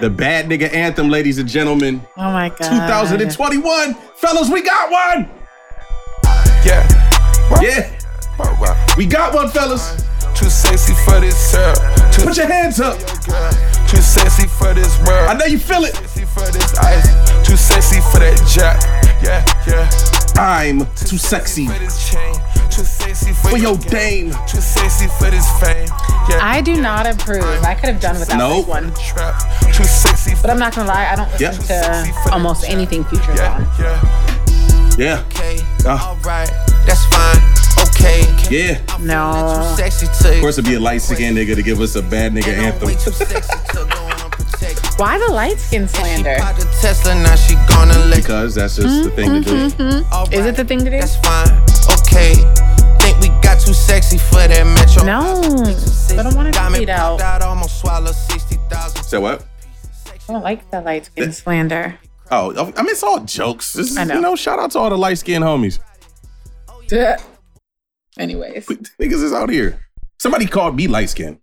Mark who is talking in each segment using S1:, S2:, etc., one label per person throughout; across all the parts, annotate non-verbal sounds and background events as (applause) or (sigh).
S1: The Bad Nigga Anthem, ladies and gentlemen.
S2: Oh my god.
S1: 2021. Fellas, we got one.
S3: Yeah.
S1: Yeah,
S3: Wow, wow.
S1: we got one, fellas.
S3: Too sexy for this girl. Too,
S1: Put your hands up.
S3: too sexy for this world.
S1: I know you feel it.
S3: sexy for this ice. Too sexy for that jack. Yeah, yeah.
S1: I'm too sexy
S3: For this chain. Too sexy for,
S1: for your
S3: game.
S1: dame.
S3: Too sexy for this fame. Yeah.
S2: I do not approve. I could have done without
S1: Nope.
S2: this one.
S3: trap. Too sexy for
S2: But I'm not gonna lie, I don't listen to almost anything Future on.
S3: yeah, yeah.
S1: Yeah,
S4: Okay,
S1: Uh.
S4: alright, that's fine. Okay,
S1: yeah. Of
S4: I'm
S2: No.
S4: feeling too sexy to
S1: course, it'd be a light skinned nigga to give us a Bad Nigga
S4: And I'm
S1: Anthem.
S4: way too sexy to
S1: (laughs)
S4: go unprotected.
S2: Why the light skin
S4: She
S2: slander?
S4: popped a Tesla, now she gonna let
S1: Because that's just the thing to
S2: Mm-hmm.
S1: do.
S4: Alright,
S2: Is it the thing to do?
S4: That's fine. Okay, think we got too sexy for that metro.
S2: No, I don't want to beat out. I
S4: almost swallowed 60,000.
S1: Say what?
S2: don't like the light skin slander. (laughs)
S1: Oh, I mean, it's all jokes. This is,
S2: I know.
S1: You know, shout out to all the light skinned homies.
S2: Anyways,
S1: Niggas is out here. Somebody called me light skinned.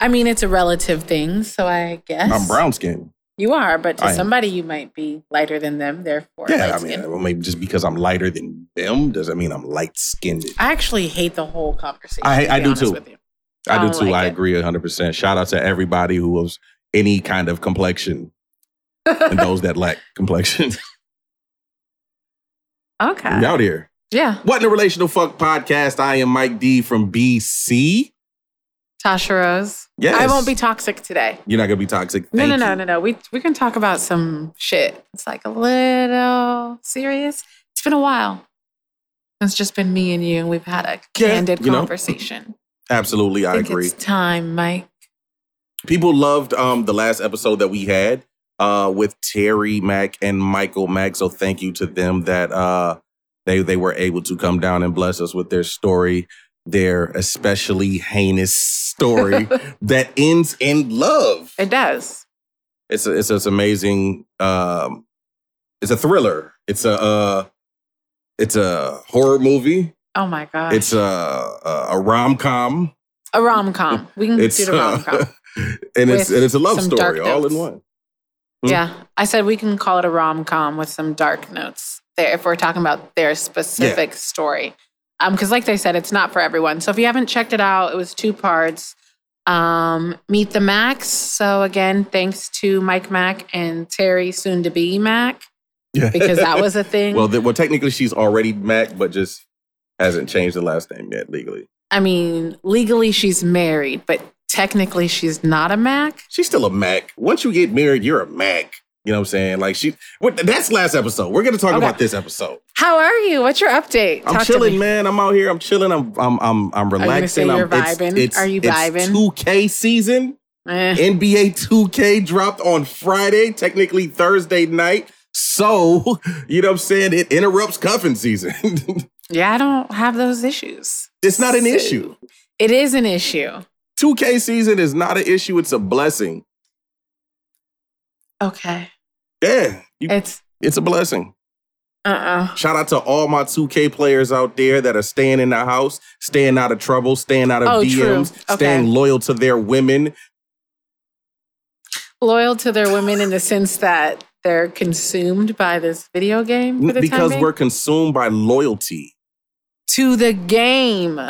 S2: I mean it's a relative thing, so I guess
S1: I'm brown skinned.
S2: You are, but to
S1: I am.
S2: somebody you might be lighter than them. Therefore,
S1: Yeah,
S2: light
S1: I mean, uh,
S2: skin.
S1: I mean, just because I'm lighter than them doesn't mean I'm light skinned.
S2: I actually hate the whole conversation.
S1: I-
S2: to
S1: I
S2: be
S1: do
S2: honest
S1: too.
S2: with you.
S1: I do
S2: don't
S1: too.
S2: like
S1: I
S2: it.
S1: agree 100%. Shout out to everybody who has any kind of complexion and those that
S2: (laughs)
S1: lack complexion.
S2: Okay.
S1: we out here.
S2: Yeah.
S1: What in a Relational Fuck podcast? I am Mike D from BC.
S2: Tasha Rose.
S1: Yes.
S2: I won't be toxic today.
S1: You're not going to be toxic.
S2: No,
S1: Thank
S2: no, no,
S1: you.
S2: no, no. We we can talk about some shit. It's like a little serious. It's been a while. It's just been me and you, and we've had a
S1: Yeah,
S2: candid
S1: you know.
S2: conversation.
S1: Absolutely. I
S2: think
S1: agree.
S2: It's time, Mike.
S1: People loved um, the last episode that we had uh, with Terry Mack and Michael Mack. So thank you to them that uh, they they were able to come down and bless us with their story, their especially heinous
S2: (laughs)
S1: story that ends in love.
S2: It does.
S1: It's a, it's it's amazing. Um, it's a thriller. It's a uh, it's a horror movie.
S2: Oh my god.
S1: It's a a, a rom com.
S2: a rom com. We can
S1: It's
S2: do the
S1: (laughs)
S2: rom com.
S1: uh, and it's
S2: with
S1: and it's a love
S2: some dark
S1: story all in
S2: notes.
S1: one. Hmm?
S2: Yeah, I said we can call it a rom com with some dark notes there if we're talking about their specific story. Um, because like they said, it's not for everyone. So if you haven't checked it out, it was two parts. Um, Meet the Max. So again, thanks to Mike Mack and Terry, soon to be Mac,
S1: Yeah,
S2: because that
S1: (laughs)
S2: was a thing.
S1: Well, th- well, technically she's already Mac, but just hasn't changed the last name yet legally.
S2: I mean, legally she's married, but technically she's not a Mac.
S1: She's still a Mac. Once you get married, you're a Mac. You know what I'm saying? Like she. What, that's last episode. We're gonna talk
S2: Okay.
S1: about this episode.
S2: How are you? What's your update?
S1: I'm
S2: Talk to
S1: chilling,
S2: me.
S1: man. I'm out here. I'm chilling. I'm I'm I'm I'm
S2: gonna
S1: relaxing.
S2: say
S1: I'm,
S2: you're vibing? Are you vibing?
S1: Two K
S2: (laughs)
S1: season.
S2: Eh.
S1: NBA 2K dropped on Friday, technically Thursday night. So you know what I'm saying? It interrupts cuffing season. (laughs)
S2: Yeah, I don't have those issues.
S1: it's not an
S2: So-
S1: issue.
S2: It is an issue.
S1: 2K season is not an issue. It's a blessing.
S2: Okay.
S1: Yeah, you-
S2: It's
S1: it's a blessing.
S2: uh uh
S1: Shout out to all my 2K players out there that are staying in the house, staying out of trouble, staying out of
S2: Oh, true.
S1: DMs,
S2: Okay.
S1: staying loyal to their women.
S2: Loyal to their women in the sense that they're consumed by this video game for the time
S1: Because
S2: being?
S1: we're consumed by loyalty
S2: to the game.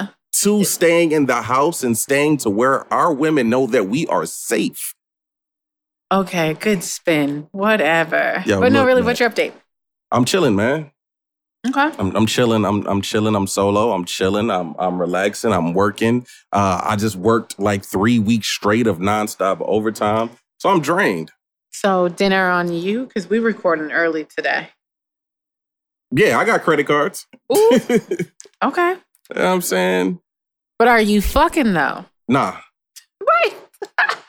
S1: to staying in the house and staying to where our women know that we are safe.
S2: Okay, good spin. Whatever.
S1: Yo,
S2: but no,
S1: look,
S2: really,
S1: man.
S2: what's your update?
S1: I'm chilling, man.
S2: Okay.
S1: I'm, I'm chilling. I'm I'm chilling. I'm solo. I'm chilling. I'm I'm relaxing. I'm working. Uh, I just worked like three weeks straight of nonstop overtime, so I'm drained.
S2: So dinner on you because we recording early today.
S1: Yeah, I got credit cards.
S2: Ooh.
S1: you know
S2: okay.
S1: what I'm saying?
S2: But are you fucking though?
S1: Nah,
S2: Right.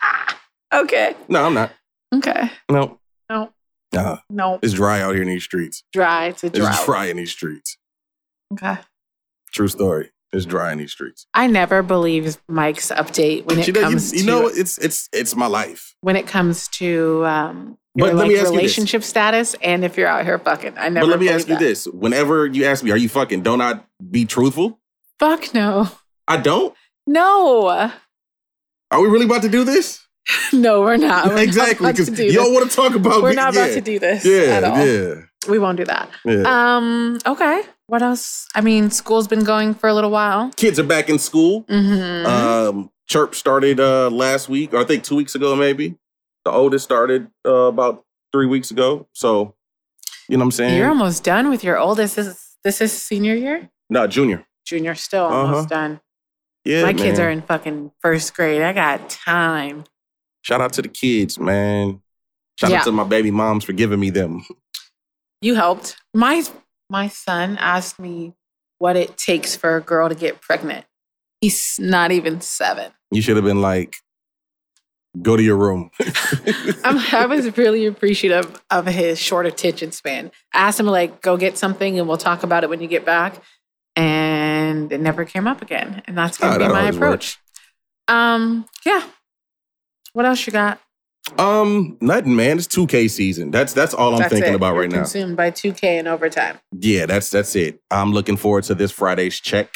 S2: (laughs) okay.
S1: no, I'm not.
S2: Okay.
S1: No,
S2: No.
S1: nah.
S2: No.
S1: It's dry out here in these streets.
S2: Dry to
S1: It's
S2: dry.
S1: dry in these streets.
S2: Okay.
S1: True story. It's dry in these streets.
S2: I never believe Mike's update when it
S1: You know, you,
S2: comes
S1: you
S2: to
S1: know, it's it's it's my life.
S2: when it comes to um, your
S1: But let
S2: like,
S1: me ask you this.
S2: relationship status and if you're out here fucking. I never.
S1: but let me
S2: believe
S1: ask you
S2: that.
S1: this: Whenever you ask me, "Are you fucking?" Don't I be truthful?
S2: Fuck no,
S1: I don't.
S2: no. (laughs)
S1: Are we really about to do this?
S2: no, Uh,
S1: (laughs)
S2: we're not. We're
S1: exactly.
S2: Not about
S1: Because
S2: to do
S1: y'all
S2: this.
S1: want to talk about
S2: We're not
S1: yeah,
S2: about to do this
S1: yeah,
S2: at all.
S1: yeah,
S2: We won't do that.
S1: yeah.
S2: Um. Okay. What else? I mean, school's been going for a little while.
S1: Kids are back in school.
S2: Mm-hmm.
S1: Um, Chirp started uh, last week, or I think two weeks ago, maybe. The oldest started uh, about three weeks ago. So, you know what I'm saying?
S2: You're almost done with your oldest. This is this is senior year.
S1: no, junior.
S2: Junior still almost done.
S1: Uh-huh. Yeah,
S2: My kids
S1: man.
S2: are in fucking first grade. I got time.
S1: Shout out to the kids, man. Shout
S2: Yeah.
S1: out to my baby moms for giving me them.
S2: You helped. My my son asked me what it takes for a girl to get pregnant. He's not even seven. (laughs)
S1: You should have been like, go to your room.
S2: I'm, I was really appreciative of his short attention span. I asked him like, go get something and we'll talk about it when you get back, and it never came up again. And that's
S1: Ah,
S2: gonna
S1: that
S2: be my
S1: always
S2: approach. Um, yeah. What else you got?
S1: (laughs) um, nothing, man. It's 2K season. That's that's all I'm
S2: That's
S1: thinking
S2: it.
S1: about
S2: You're
S1: right now.
S2: Consumed by 2K in overtime.
S1: Yeah, that's that's it. I'm looking forward to this Friday's
S2: (sighs)
S1: check.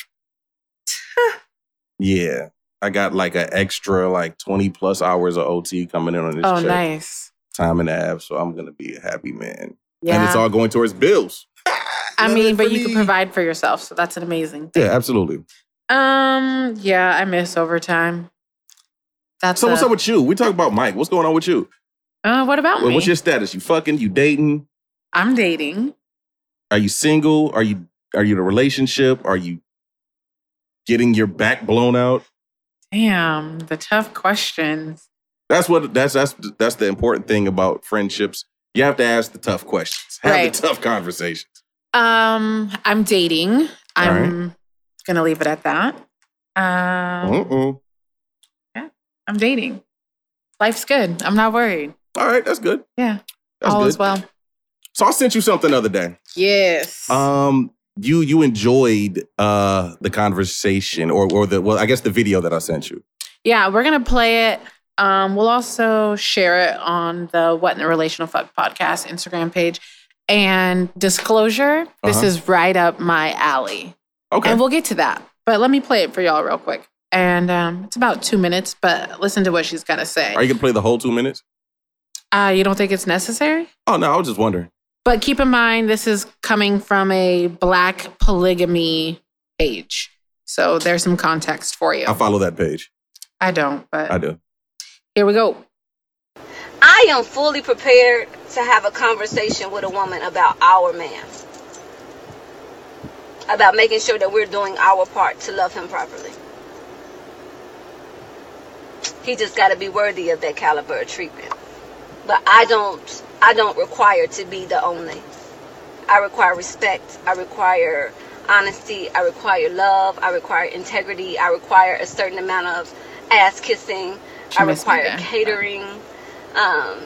S1: yeah. I got like an extra like 20 plus hours of OT coming in on this
S2: oh,
S1: check.
S2: nice.
S1: Time and a half, so I'm gonna be a happy man.
S2: Yeah.
S1: And it's all going towards bills. (laughs)
S2: I
S1: Love
S2: mean,
S1: it
S2: but
S1: for
S2: you can
S1: me.
S2: provide for yourself, so that's an amazing thing.
S1: Yeah, absolutely.
S2: Um, yeah, I miss overtime. That's
S1: So what's
S2: a-
S1: up with you? We talk about Mike. What's going on with you?
S2: uh, what about
S1: What-
S2: me?
S1: What's your status? You fucking? You dating?
S2: I'm dating.
S1: Are you single? Are you are you in a relationship? Are you getting your back blown out?
S2: Damn, the tough questions.
S1: That's what that's that's that's the important thing about friendships. You have to ask the tough questions. (laughs) Have
S2: Right.
S1: the tough conversations.
S2: Um, I'm dating. I'm gonna leave it at that. Um,
S1: Mm-mm.
S2: I'm dating. Life's good. I'm not worried.
S1: All right, that's good.
S2: Yeah,
S1: That's
S2: all
S1: good.
S2: is well.
S1: So I sent you something the other day.
S2: Yes.
S1: Um you you enjoyed uh the conversation or or the well, I guess the video that I sent you.
S2: yeah, we're gonna play it. Um, we'll also share it on the What in the Relational Fuck podcast Instagram page. And disclosure, this
S1: Uh-huh.
S2: is right up my alley.
S1: Okay.
S2: And we'll get to that. But let me play it for y'all real quick. And um, it's about two minutes, but listen to what she's got to say.
S1: Are you gonna play the whole two minutes?
S2: uh, you don't think it's necessary?
S1: Oh no, I was just wondering.
S2: But keep in mind, this is coming from a black polygamy page. So there's some context for you.
S1: I follow that page.
S2: I don't, but
S1: I do.
S2: here we go.
S5: I am fully prepared to have a conversation with a woman about our man. About making sure that we're doing our part to love him properly. He just got to be worthy of that caliber of treatment. But I don't I don't require to be the only. I require respect. I require honesty. I require love. I require integrity. I require a certain amount of ass kissing.
S2: She
S5: I
S2: missed me
S5: require
S2: there.
S5: catering. Um,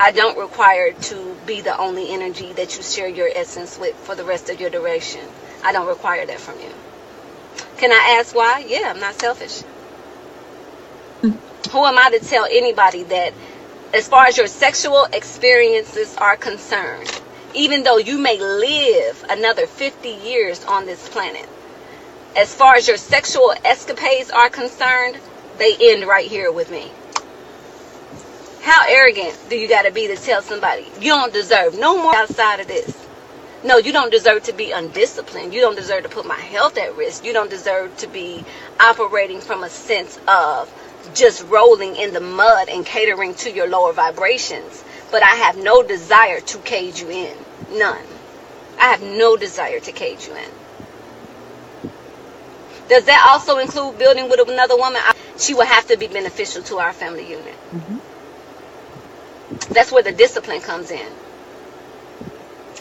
S5: I don't require to be the only energy that you share your essence with for the rest of your duration. I don't require that from you. Can I ask why? Yeah, I'm not selfish. Who am I to tell anybody that, as far as your sexual experiences are concerned, even though you may live another 50 years on this planet, as far as your sexual escapades are concerned, they end right here with me. How arrogant do you got to be to tell somebody you don't deserve no more outside of this? No, you don't deserve to be undisciplined. You don't deserve to put my health at risk. You don't deserve to be operating from a sense of just rolling in the mud and catering to your lower vibrations. But I have no desire to cage you in. None. I have no desire to cage you in. Does that also include building with another woman? I- She will have to be beneficial to our family unit. That's where the discipline comes in.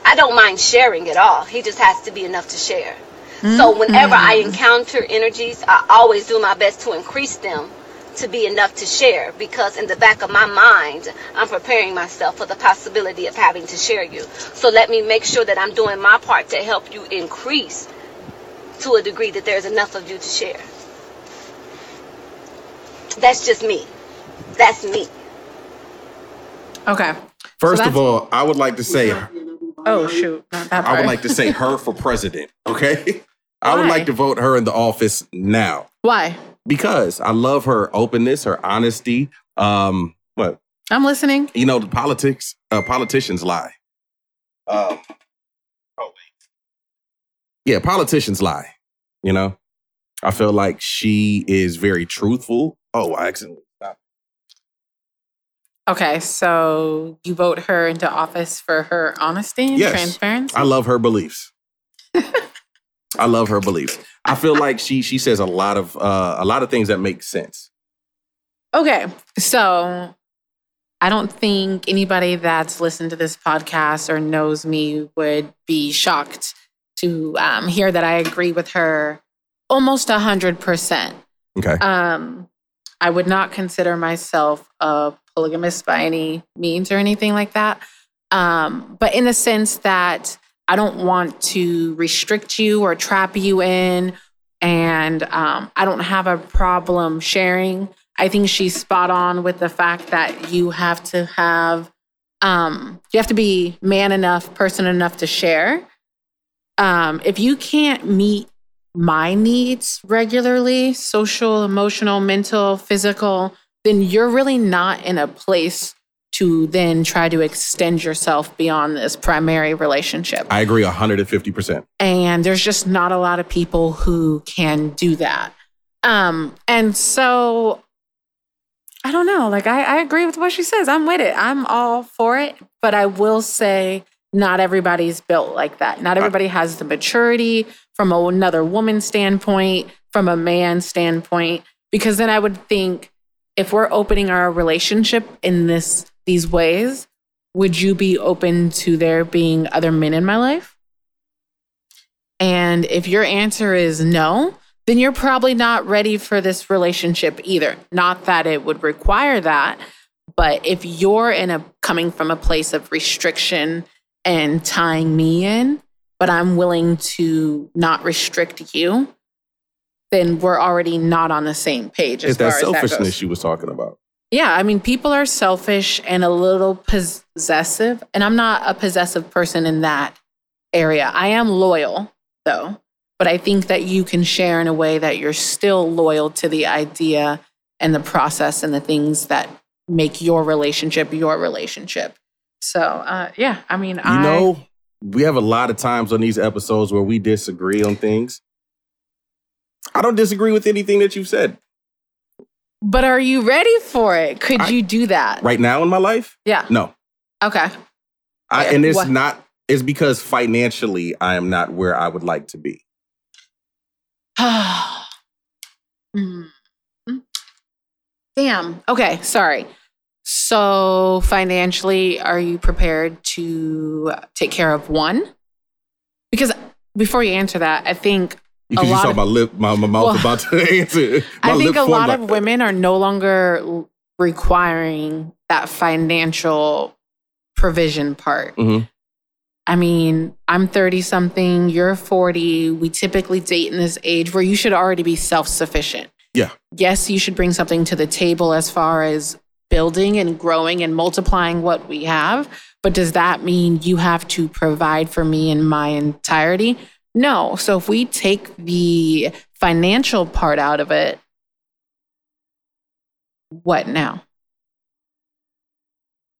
S5: I don't mind sharing at all. He just has to be enough to share. So whenever I encounter energies, I always do my best to increase them to be enough to share because in the back of my mind, I'm preparing myself for the possibility of having to share you. So let me make sure that I'm doing my part to help you increase to a degree that there's enough of you to share. That's just me. That's me.
S2: Okay.
S1: First
S2: that's-
S1: of all, I would like to say
S2: Oh, shoot. Not that
S1: I
S2: part.
S1: would like to say her for president. Okay. I would
S2: Why?
S1: like to vote her in the office now
S2: Why?
S1: because I love her openness, her honesty. Um, but
S2: I'm listening.
S1: you know, the politics, uh, politicians lie. Um, oh wait, yeah, politicians lie. You know, I feel like she is very truthful. Oh, I accidentally stopped.
S2: Okay, so you vote her into office for her honesty and
S1: Yes.
S2: transparency.
S1: I love her
S2: (laughs)
S1: beliefs. I love her beliefs. I feel like she she says a lot of uh, a lot of things that make sense.
S2: Okay, so I don't think anybody that's listened to this podcast or knows me would be shocked to um, hear that I agree with her almost hundred percent.
S1: Okay.
S2: Um, I would not consider myself a polygamist by any means or anything like that. Um, but in the sense that I don't want to restrict you or trap you in, and um, I don't have a problem sharing. I think she's spot on with the fact that you have to have, um, you have to be man enough, person enough to share. Um, if you can't meet my needs regularly social, emotional, mental, physical then you're really not in a place to then try to extend yourself beyond this primary relationship.
S1: I agree 150%.
S2: and there's just not a lot of people who can do that. Um, and so I don't know. Like I, I agree with what she says. I'm with it. I'm all for it. But I will say not everybody's built like that. Not everybody has the maturity from another woman's standpoint, from a man's standpoint, because then I would think if we're opening our relationship in this these ways, would you be open to there being other men in my life? And if your answer is no, then you're probably not ready for this relationship either. Not that it would require that, but if you're in a coming from a place of restriction and tying me in, but I'm willing to not restrict you, then we're already not on the same page. As
S1: It's that
S2: far as
S1: selfishness
S2: That goes.
S1: she was talking about.
S2: Yeah, I mean, people are selfish and a little possessive, and I'm not a possessive person in that area. I am loyal, though, but I think that you can share in a way that you're still loyal to the idea and the process and the things that make your relationship your relationship. So, uh, yeah, I mean,
S1: You
S2: I
S1: know, we have a lot of times on these episodes where we disagree on things. I don't disagree with anything that you've said
S2: but are you ready for it? Could
S1: I-
S2: you do that?
S1: right now in my life.
S2: Yeah.
S1: No,
S2: Okay.
S1: I,
S2: Yeah,
S1: and it's
S2: what-
S1: not. It's because financially I am not where I would like to be.
S2: (sighs) Hmm. Damn. Okay. Sorry. So, financially, are you prepared to take care of one? Because before you answer that, I think
S1: Because you
S2: lot
S1: saw
S2: of-
S1: my lip, my, my mouth
S2: Well,
S1: about to (laughs) answer. My
S2: I
S1: lip
S2: think a lot
S1: formed
S2: of
S1: like-
S2: women are no longer l- requiring that financial provision part.
S1: Mhm.
S2: I mean, I'm 30 something, you're 40. We typically date in this age where you should already be self sufficient.
S1: Yeah.
S2: Yes, you should bring something to the table as far as building and growing and multiplying what we have. But does that mean you have to provide for me in my entirety? No. So if we take the financial part out of it, what now?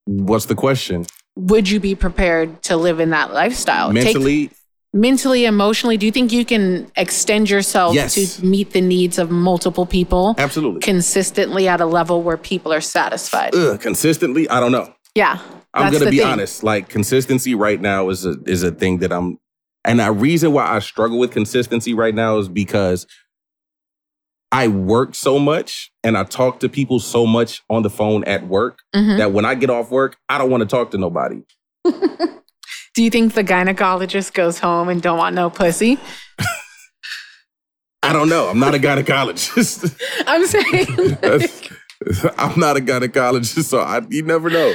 S1: What's the question?
S2: Would you be prepared to live in that lifestyle? Oh, Take-
S1: Mentally,
S2: mentally, emotionally, do you think you can extend yourself
S1: Yes.
S2: to meet the needs of multiple people
S1: absolutely.
S2: consistently at a level where people are satisfied?
S1: Ugh, consistently, I don't know.
S2: Yeah.
S1: I'm
S2: that's
S1: gonna
S2: the
S1: be
S2: thing.
S1: honest. Like consistency right now is a is a thing that I'm, and the reason why I struggle with consistency right now is because I work so much and I talk to people so much on the phone at work
S2: Mhm.
S1: that when I get off work, I don't want to talk to nobody.
S2: Do you think the gynecologist goes home and don't want no pussy?
S1: I don't know. I'm not a gynecologist. (laughs)
S2: I'm saying
S1: That's- (laughs) I'm not a gynecologist, so I, you never
S2: (laughs)
S1: know.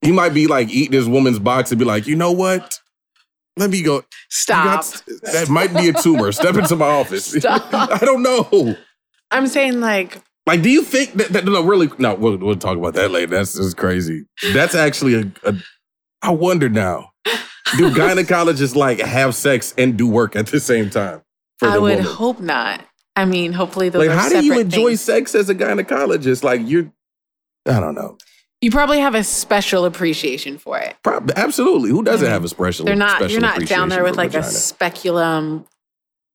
S1: He might be like eating his woman's box and be like, you know what? Let me go. You
S2: stop.
S1: got- that might be a tumor. Step into my office. (laughs)
S2: Stop.
S1: I don't know.
S2: I'm saying like
S1: Like, do you think that, that no, really? No, we'll, we'll talk about that later. That's just crazy. That's actually a. a I wonder now.
S2: (laughs)
S1: Do gynecologists like have sex and do work at the same time?
S2: I
S1: the
S2: would
S1: woman?
S2: hope not. I mean, hopefully those
S1: Like,
S2: are
S1: how do you
S2: separate
S1: enjoy
S2: things.
S1: sex as a gynecologist? Like, you're, I don't know.
S2: You probably have a special appreciation for it.
S1: Prob- absolutely. Who doesn't
S2: I mean,
S1: have a special?
S2: Mm. They're not.
S1: special
S2: You're not down there
S1: appreciation
S2: with
S1: for
S2: like a
S1: vagina?
S2: speculum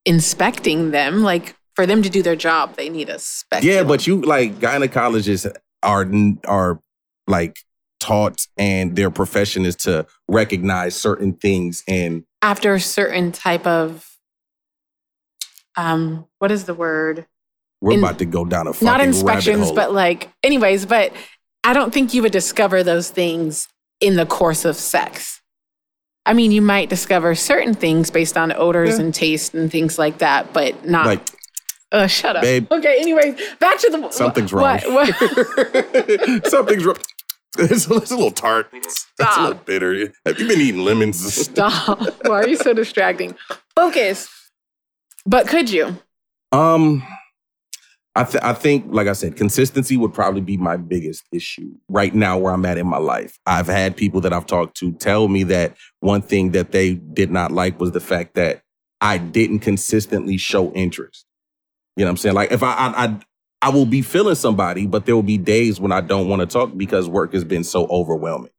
S2: inspecting them. Like for them to do their job, they need a speculum.
S1: Yeah, but you like gynecologists are n- are like taught, and their profession is to recognize certain things and
S2: after a certain type of, um, what is the word?
S1: We're
S2: In-
S1: about to go down a fucking
S2: not
S1: rabbit
S2: inspections,
S1: hole.
S2: but like, anyways, but I don't think you would discover those things in the course of sex. I mean, you might discover certain things based on odors
S1: Yeah.
S2: and taste and things like that, but not.
S1: like
S2: uh, shut up.
S1: Babe.
S2: Okay. Anyways, back to the
S1: Something's wrong.
S2: What,
S1: (laughs)
S2: what,
S1: something's wrong. (laughs) It's a, it's a little tart. It's a
S2: Stop.
S1: little bitter. Have you been eating lemons? (laughs)
S2: stop. (laughs) Why are you so distracting? Focus. But could you?
S1: Um, I th- I think, like I said, consistency would probably be my biggest issue right now where I'm at in my life. I've had people that I've talked to tell me that one thing that they did not like was the fact that I didn't consistently show interest. You know what I'm saying? Like if I I I, I will be feeling somebody, but there will be days when I don't want to talk because work has been so overwhelming.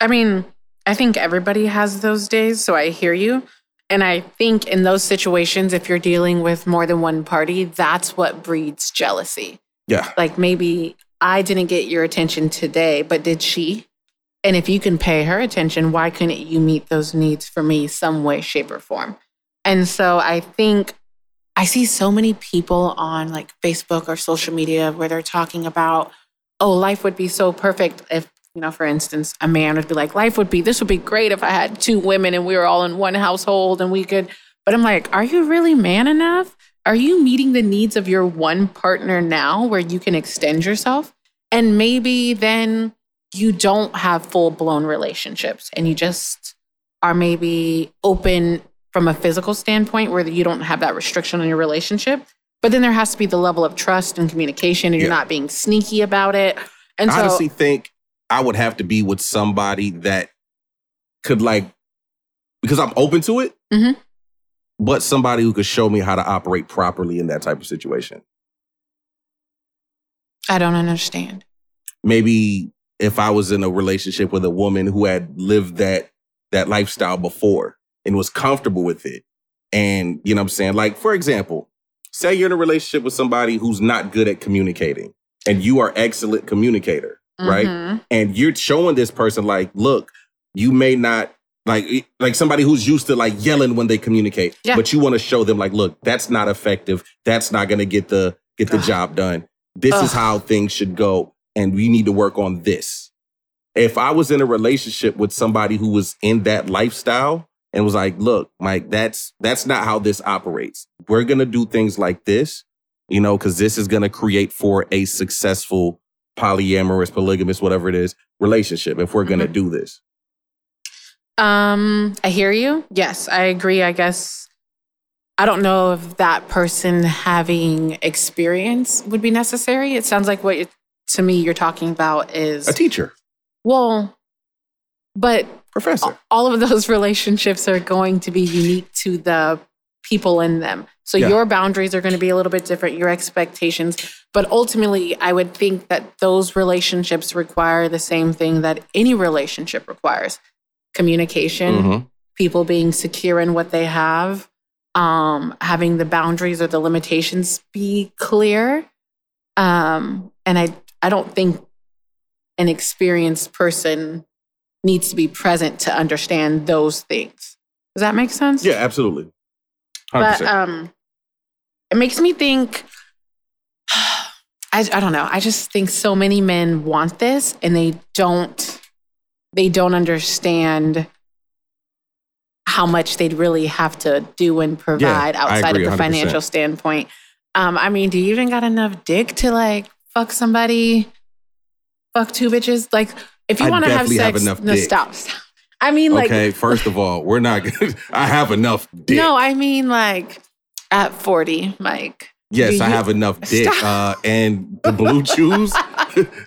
S2: I mean, I think everybody has those days, so I hear you. And I think in those situations, if you're dealing with more than one party, that's what breeds jealousy.
S1: Yeah.
S2: Like maybe I didn't get your attention today, but did she? And if you can pay her attention, why couldn't you meet those needs for me some way, shape, or form? And so I think I see so many people on like Facebook or social media where they're talking about, oh, life would be so perfect if, you know, for instance, a man would be like, life would be, this would be great if I had two women and we were all in one household and we could. But I'm like, are you really man enough? Are you meeting the needs of your one partner now where you can extend yourself? And maybe then you don't have full blown relationships and you just are maybe open from a physical standpoint where you don't have that restriction on your relationship. But then there has to be the level of trust and communication, and you're
S1: Yeah.
S2: not being sneaky about it. And
S1: I
S2: so,
S1: honestly think I would have to be with somebody that could like because I'm open to it,
S2: Mhm.
S1: but somebody who could show me how to operate properly in that type of situation.
S2: I don't understand.
S1: Maybe if I was in a relationship with a woman who had lived that that lifestyle before and was comfortable with it. And you know what I'm saying? Like, for example, say you're in a relationship with somebody who's not good at communicating and you are excellent communicator, right?
S2: Mhm.
S1: and you're showing this person like look you may not like e, like somebody who's used to like yelling when they communicate
S2: Yeah.
S1: but you want to show them like look that's not effective that's not going to get the get the
S2: Ugh.
S1: job done this
S2: Ugh.
S1: is how things should go and we need to work on this if i was in a relationship with somebody who was in that lifestyle and was like look mike that's that's not how this operates we're going to do things like this you know cuz this is going to create for a successful polyamorous polygamous whatever it is relationship if we're going to do this
S2: Um, I hear you. Yes, I agree. I guess I don't know if that person having experience would be necessary. It sounds like what you, to me you're talking about is
S1: a teacher
S2: well, but
S1: professor
S2: all of those (laughs) relationships are going to be unique to the people in them. So
S1: Yeah.
S2: your boundaries are going to be a little bit different, your expectations. But ultimately, I would think that those relationships require the same thing that any relationship requires communication,
S1: Mhm.
S2: people being secure in what they have, um, having the boundaries or the limitations be clear. Um, and I, I don't think an experienced person needs to be present to understand those things. Does that make sense?
S1: yeah absolutely 100%.
S2: But um, it makes me think. (sighs) I, I don't know. I just think so many men want this, and they don't. They don't understand how much they'd really have to do and provide
S1: I
S2: outside
S1: agree
S2: of the
S1: 100%.
S2: financial standpoint. Um, I mean, do you even got enough dick to like fuck somebody? Fuck two bitches. Like, if you
S1: I
S2: want to have
S1: definitely
S2: sex,
S1: have enough
S2: no
S1: dick.
S2: stop. stop. I mean, like,
S1: okay, first of all, we're not. Gonna, (laughs) I have enough dick.
S2: no, I mean like at 40, Mike.
S1: yes,
S2: do
S1: I
S2: you-
S1: have enough dick.
S2: Stop.
S1: Uh, and the
S2: (laughs)
S1: blue chews. (laughs)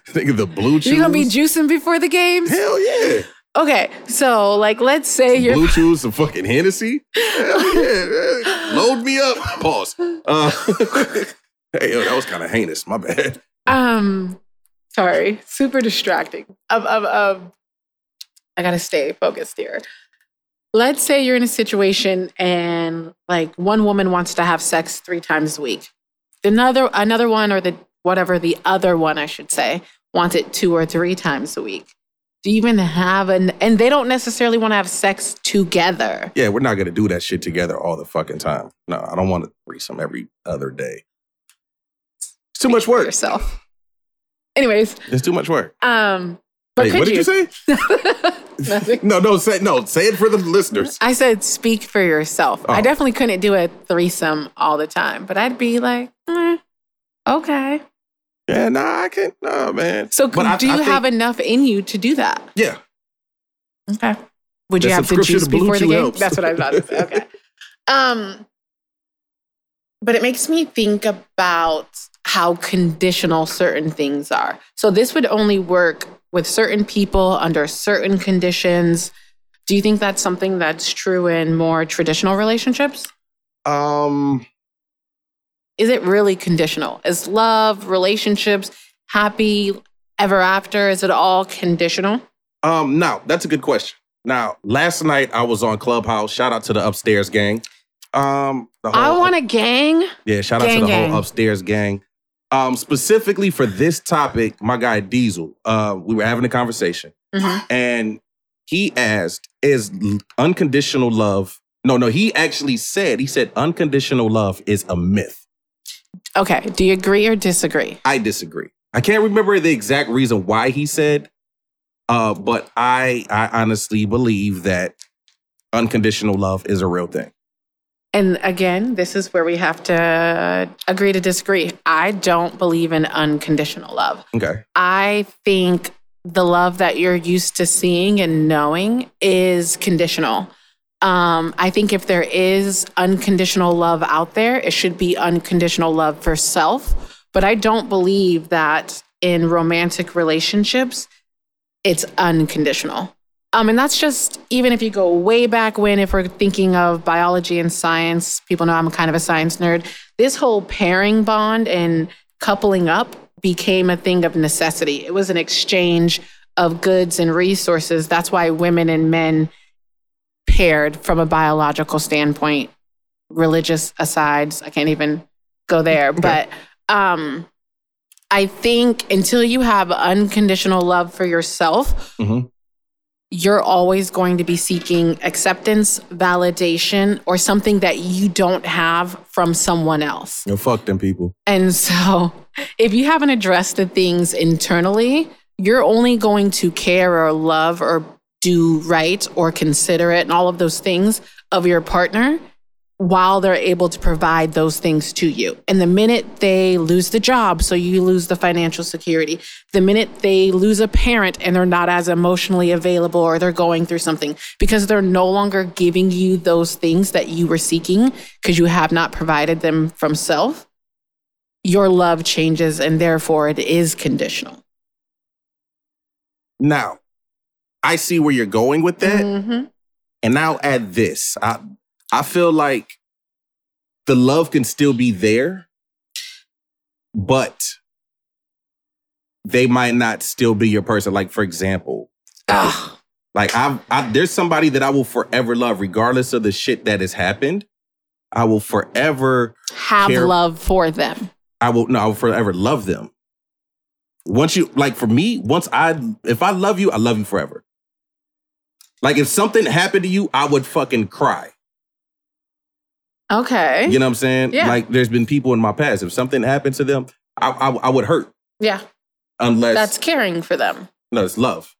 S1: Think of the blue chews.
S2: You're gonna be juicing before the games?
S1: Hell yeah!
S2: Okay, so like let's say you're
S1: Blue chews, some fucking Hennessy. Hell yeah! Load me up. Pause. Uh, (laughs) hey, yo, that was kind of heinous. My bad. (laughs)
S2: Um, sorry, super distracting. Of of of, I gotta stay focused here. Let's say you're in a situation and like one woman wants to have sex three times a week. Another another one or the whatever the other one I should say wants it two or three times a week. Do you even have an and they don't necessarily want to have sex together.
S1: Yeah, we're not gonna do that shit together all the fucking time. No, I don't want to threesome every other day. It's too much
S2: for
S1: work.
S2: yourself. Anyways,
S1: It's too much work.
S2: um but
S1: Hey,
S2: could
S1: what did you say?
S2: (laughs) Nothing.
S1: No, no, say no. Say it for the listeners.
S2: I said speak for yourself. I
S1: Oh.
S2: definitely couldn't do a threesome all the time, but I'd be like, eh, okay.
S1: Yeah, nah, I can't. Nah, man.
S2: So
S1: But I-
S2: do you
S1: I think-
S2: have enough in you to do that?
S1: Yeah,
S2: Okay. Would you
S1: The
S2: have to
S1: subscription
S2: juice
S1: to Blue
S2: before the
S1: Chew
S2: game?
S1: helps.
S2: That's what I thought.
S1: (laughs)
S2: Okay. um, but it makes me think about how conditional certain things are. So this would only work with certain people under certain conditions. Do you think that's something that's true in more traditional relationships?
S1: Um,
S2: Is it really conditional? Is love, relationships, happy ever after, is it all conditional?
S1: um, now that's a good question. Now, last night I was on Clubhouse. Shout out to the upstairs gang. Um, the
S2: I
S1: whole-
S2: want a gang.
S1: Yeah, shout out
S2: Gang,
S1: to the
S2: gang.
S1: whole upstairs gang. Um, specifically for this topic, my guy Diesel, uh, we were having a conversation
S2: Mhm.
S1: and he asked, is l- unconditional love? No, no, he actually said, he said unconditional love is a myth.
S2: Okay. Do you agree or disagree?
S1: I disagree. I can't remember the exact reason why he said, uh, but I I honestly believe that unconditional love is a real thing.
S2: And again, this is where we have to agree to disagree. I don't believe in unconditional love.
S1: Okay.
S2: I think the love that you're used to seeing and knowing is conditional. Um, I think if there is unconditional love out there, it should be unconditional love for self. But I don't believe that in romantic relationships, it's unconditional. Um, and that's just even if you go way back when, if we're thinking of biology and science, people know I'm kind of a science nerd. This whole pairing bond and coupling up became a thing of necessity. It was an exchange of goods and resources. That's why women and men paired from a biological standpoint, religious asides. I can't even go there. But um, I think until you have unconditional love for yourself,
S1: Mhm.
S2: you're always going to be seeking acceptance, validation, or something that you don't have from someone else.
S1: You know, fuck them people.
S2: And so, if you haven't addressed the things internally, you're only going to care or love or do right or consider it and all of those things of your partner while they're able to provide those things to you. And the minute they lose the job, so you lose the financial security, the minute they lose a parent and they're not as emotionally available or they're going through something because they're no longer giving you those things that you were seeking because you have not provided them from self your love changes and therefore it is conditional.
S1: Now, I see where you're going with that.
S2: Mm-hmm.
S1: And now add this. I I feel like the love can still be there, but they might not still be your person. Like, for example, Ah.
S2: Ugh.
S1: like I've I, there's somebody that I will forever love, regardless of the shit that has happened. I will forever
S2: Have
S1: Care-
S2: love for them.
S1: I will no, I will forever love them. Once you like for me, once I if I love you, I love you forever. Like if something happened to you, I would fucking cry.
S2: Okay.
S1: You know what I'm saying?
S2: Yeah.
S1: Like there's been people in my past. If something happened to them, I I, I would hurt
S2: Yeah.
S1: unless
S2: That's caring for them.
S1: no, it's love.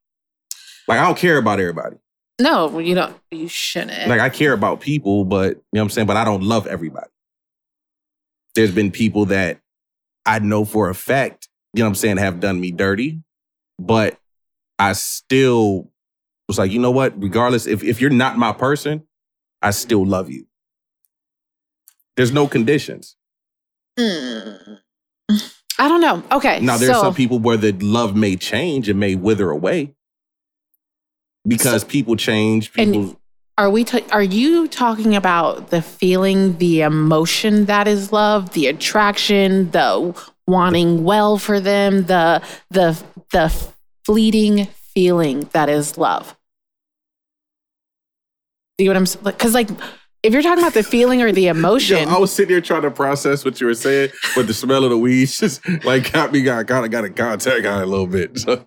S1: Like I don't care about everybody.
S2: No, you don't. You shouldn't.
S1: Like I care about people, but you know what I'm saying? But I don't love everybody. There's been people that I know for a fact, you know what I'm saying, have done me dirty, but I still was like, you know what? Regardless, if, if you're not my person, I still love you. There's no conditions.
S2: Mm. I don't know. Okay.
S1: Now there's
S2: so,
S1: some people where the love may change and may wither away because people change.
S2: And-
S1: People
S2: Are we? ta- are you talking about the feeling, the emotion that is love, the attraction, the wanting well for them, the the the fleeting feeling that is love? Do you know what I'm? s- like- Cause like, if you're talking about the feeling or the
S1: (laughs)
S2: emotion,
S1: Yo, I was sitting here trying to process what you were saying, but the smell of the weed (laughs) just like got me got got got a contact on it a little bit. So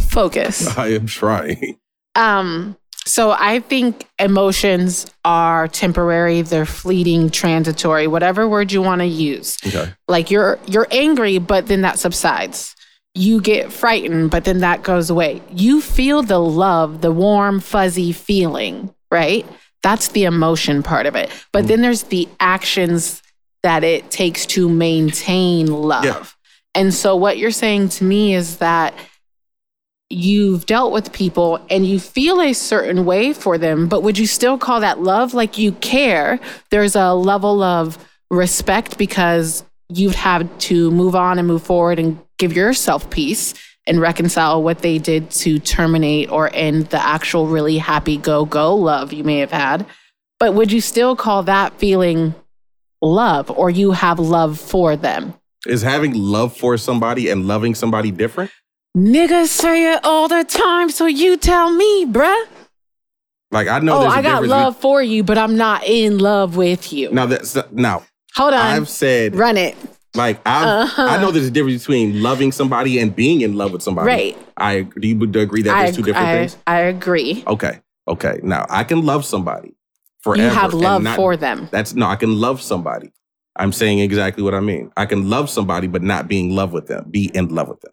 S2: focus.
S1: I am trying.
S2: Um, so I think emotions are temporary, they're fleeting, transitory, whatever word you want to use.
S1: Okay.
S2: Like you're you're angry, but then that subsides. You get frightened, but then that goes away. You feel the love, the warm, fuzzy feeling, right? That's the emotion part of it. But then there's the actions that it takes to maintain love.
S1: Yeah.
S2: And so what you're saying to me is that you've dealt with people and you feel a certain way for them, but would you still call that love? Like you care. There's a level of respect because you've had to move on and move forward and give yourself peace and reconcile what they did to terminate or end the actual really happy go go love you may have had. But would you still call that feeling love or you have love for them?
S1: Is having love for somebody and loving somebody different?
S2: Niggas say it all the time, so you tell me, bruh.
S1: Like I know
S2: oh,
S1: there's a
S2: I got
S1: difference
S2: love for you, but I'm not in love with you.
S1: Be- now that's now
S2: Hold on.
S1: I've said
S2: Run it.
S1: like I've,
S2: Uh-huh.
S1: I know there's a difference between loving somebody and being in love with somebody.
S2: Right.
S1: I do you would agree that
S2: I,
S1: there's two different
S2: I,
S1: things?
S2: I agree.
S1: Okay. Okay. Now I can love somebody forever.
S2: you have
S1: and
S2: love
S1: not
S2: for them.
S1: That's no, I can love somebody. I'm saying exactly what I mean. I can love somebody, but not be in love with them. Be in love with them.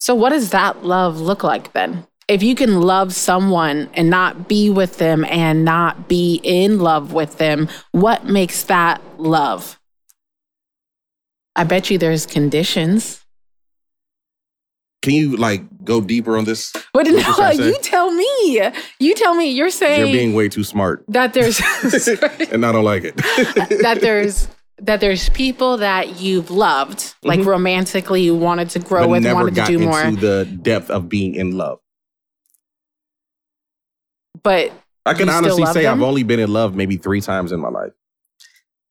S2: So, what does that love look like then? If you can love someone and not be with them and not be in love with them, what makes that love? I bet you there's conditions.
S1: Can you like go deeper on this?
S2: But
S1: What you
S2: (laughs) no,
S1: trying to say?
S2: you tell me. You tell me. You're saying
S1: You're being way too smart,
S2: (laughs) that
S1: (laughs)
S2: there's
S1: and I don't like it.
S2: that there's that there's people that you've loved, like romantically, you wanted to grow
S1: Mm-hmm. (laughs) but
S2: with,
S1: never
S2: wanted to
S1: got
S2: do
S1: into
S2: more,
S1: the depth of being in love.
S2: but
S1: I can
S2: You still
S1: honestly
S2: love
S1: say
S2: them?
S1: I've only been in love maybe three times in my life.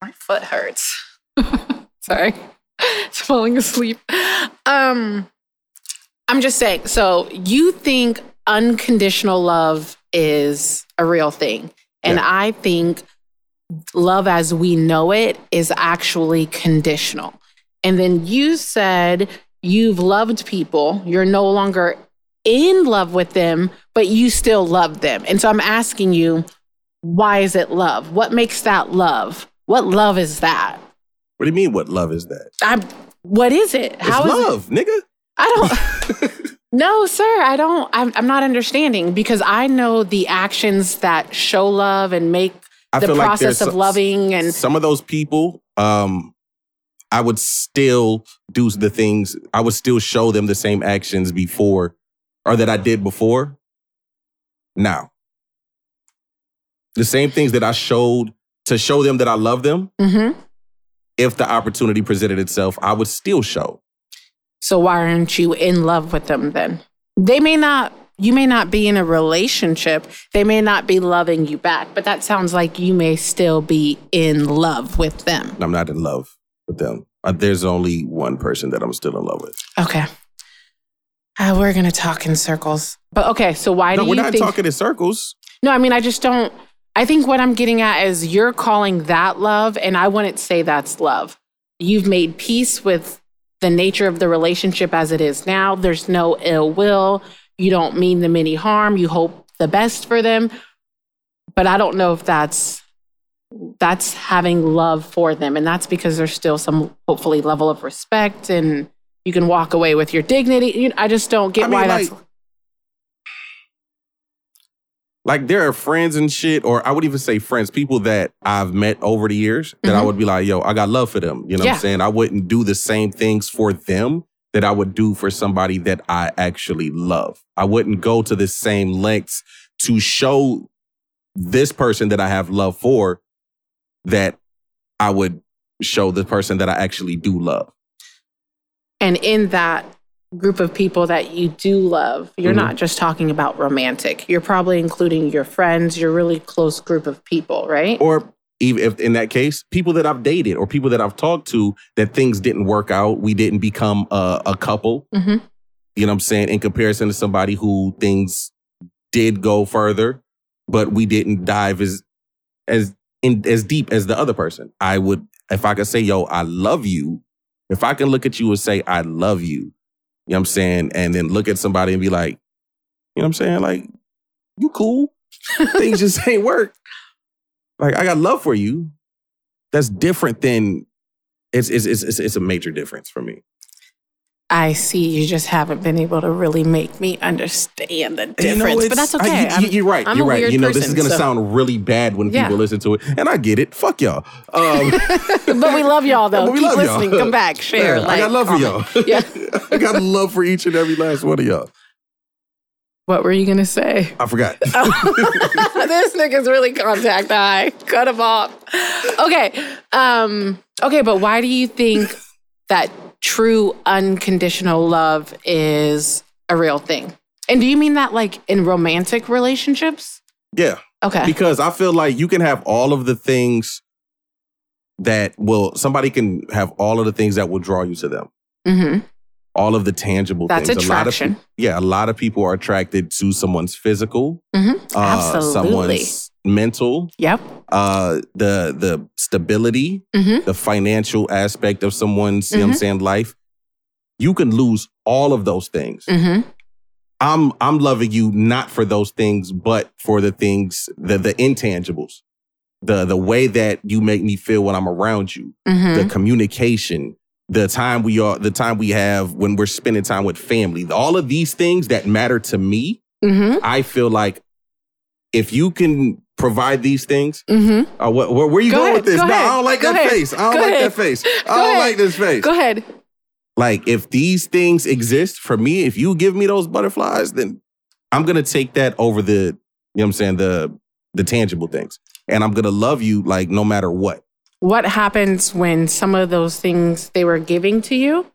S2: my foot hurts. (laughs) Sorry, (laughs) it's falling asleep. Um, I'm just saying. So you think unconditional love is a real thing, and I think love as we know it is actually conditional. And then you said you've loved people. You're no longer in love with them, but you still love them. And so I'm asking you, why is it love? What makes that love? What love is that?
S1: What do you mean? What love is that?
S2: I'm, what is it?
S1: It's
S2: How is it?
S1: love, nigga.
S2: I don't.
S1: (laughs)
S2: no, sir, I don't. I'm, I'm not understanding because I know the actions that show love and make
S1: I
S2: the
S1: feel like
S2: process
S1: there's
S2: of
S1: some-
S2: loving and
S1: some of those people um i would still do the things i would still show them the same actions before or that i did before now the same things that i showed to show them that i love them
S2: Mhm.
S1: if the opportunity presented itself i would still show
S2: So why aren't you in love with them then? They may not you may not be in a relationship. They may not be loving you back, but that sounds like you may still be in love with them.
S1: i'm not in love with them Uh, there's only one person that i'm still in love with
S2: Okay. Uh, we're going to talk in circles. But okay, so why
S1: no
S2: do
S1: we're
S2: you
S1: not
S2: think
S1: talking in circles
S2: No, I mean I just don't I think what I'm getting at is you're calling that love and I wouldn't say that's love. You've made peace with the nature of the relationship as it is now. There's no ill will. You don't mean them any harm. You hope the best for them. But I don't know if that's that's having love for them and that's because there's still some hopefully level of respect and you can walk away with your dignity. You- I just don't get
S1: I mean,
S2: why
S1: like,
S2: that's
S1: like there are friends and shit, or I would even say friends, people that I've met over the years that I
S2: Mhm.
S1: would be like, yo, I got love for them. You know what
S2: Yeah.
S1: I'm saying? I wouldn't do the same things for them that I would do for somebody that I actually love. I wouldn't go to the same lengths to show this person that I have love for that I would show the person that I actually do love.
S2: and in that group of people that you do love, you're
S1: Mm-hmm.
S2: not just talking about romantic. You're probably including your friends, your really close group of people, right?
S1: or even if in that case, people that I've dated or people that I've talked to that things didn't work out, we didn't become a, a couple.
S2: Mhm.
S1: You know what I'm saying? In comparison to somebody who things did go further, but we didn't dive as as in as deep as the other person. I would if I could say, yo, I love you, if I can look at you and say, I love you, you know what I'm saying? And then look at somebody and be like, you know what I'm saying? Like, you cool. Things just ain't work like I got love for you. That's different than it's it's it's it's, it's a major difference for me.
S2: I see you just haven't been able to really make me understand the
S1: And you know,
S2: difference, but
S1: it's-
S2: that's
S1: I-
S2: okay.
S1: you-
S2: I'm-
S1: you, are right.
S2: I'm
S1: you're
S2: a
S1: right.
S2: weird
S1: you know, this is
S2: person,
S1: gonna
S2: so-
S1: sound really bad when
S2: Yeah.
S1: people listen to it, and I get it. Fuck y'all.
S2: (laughs)
S1: Um,
S2: but we love y'all
S1: (laughs)
S2: though.
S1: But we
S2: Keep
S1: love y'all.
S2: listening. Come back, share.
S1: yeah,
S2: like,
S1: I got love for
S2: comment.
S1: y'all.
S2: Yeah.
S1: (laughs) I got love for each and every last one of y'all.
S2: (laughs) What were you gonna say?
S1: I
S2: (laughs)
S1: forgot.
S2: this nigga's really contact high. Cut him off. Okay. Um, okay, but why do you think that true unconditional love is a real thing? And do you mean that like in romantic relationships?
S1: yeah.
S2: Okay.
S1: because I feel like you can have all of the things that will somebody can have all of the things that will draw you to them.
S2: hmm
S1: all of the tangible
S2: That's
S1: things. A lot
S2: attraction.
S1: of, pe- yeah, a lot of people are attracted to someone's physical,
S2: hmm
S1: uh,
S2: Absolutely.
S1: someone's mental,
S2: Yep.
S1: uh, the the stability,
S2: Mhm.
S1: the financial aspect of someone's, you know what I'm
S2: Mhm.
S1: saying, life. You can lose all of those things.
S2: hmm
S1: I'm I'm loving you not for those things, but for the things, the the intangibles. The the way that you make me feel when I'm around you
S2: hmm
S1: the communication, the time we are, the time we have when we're spending time with family, all of these things that matter to me,
S2: hmm
S1: I feel like if you can provide these things,
S2: hmm
S1: uh, wh- wh- where you
S2: Go
S1: going with this?
S2: ahead, go
S1: no,
S2: ahead,
S1: I don't like
S2: go
S1: that
S2: ahead,
S1: face. I don't
S2: go
S1: like
S2: ahead,
S1: that face. I
S2: go
S1: don't
S2: ahead,
S1: like this face.
S2: Go ahead.
S1: Like if these things exist for me, if you give me those butterflies, then I'm gonna take that over the, you know what I'm saying, the the tangible things. And I'm gonna love you like no matter what.
S2: what happens when some of those things they were giving to you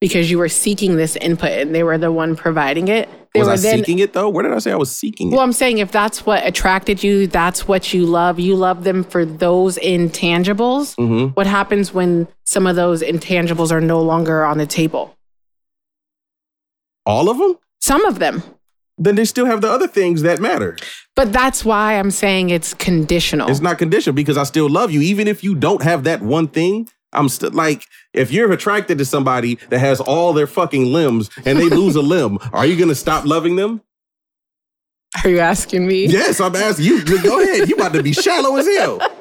S2: because you were seeking this input and they were the one providing it they
S1: Was
S2: were
S1: I
S2: then
S1: seeking it though? Where did I say I was seeking it?
S2: well i'm saying if that's what attracted you that's what you love you love them for those intangibles
S1: Mm-hmm.
S2: what happens when some of those intangibles are no longer on the table
S1: All of them?
S2: some of them
S1: Then they still have the other things that matter.
S2: but that's why i'm saying it's conditional
S1: It's not conditional because I still love you. Even if you don't have that one thing, I'm still like, if you're attracted to somebody that has all their fucking limbs and they
S2: (laughs)
S1: lose a limb, are you gonna stop loving them?
S2: are you asking me
S1: Yes, I'm asking you. Just Go ahead. You about to be shallow as hell.
S2: (laughs)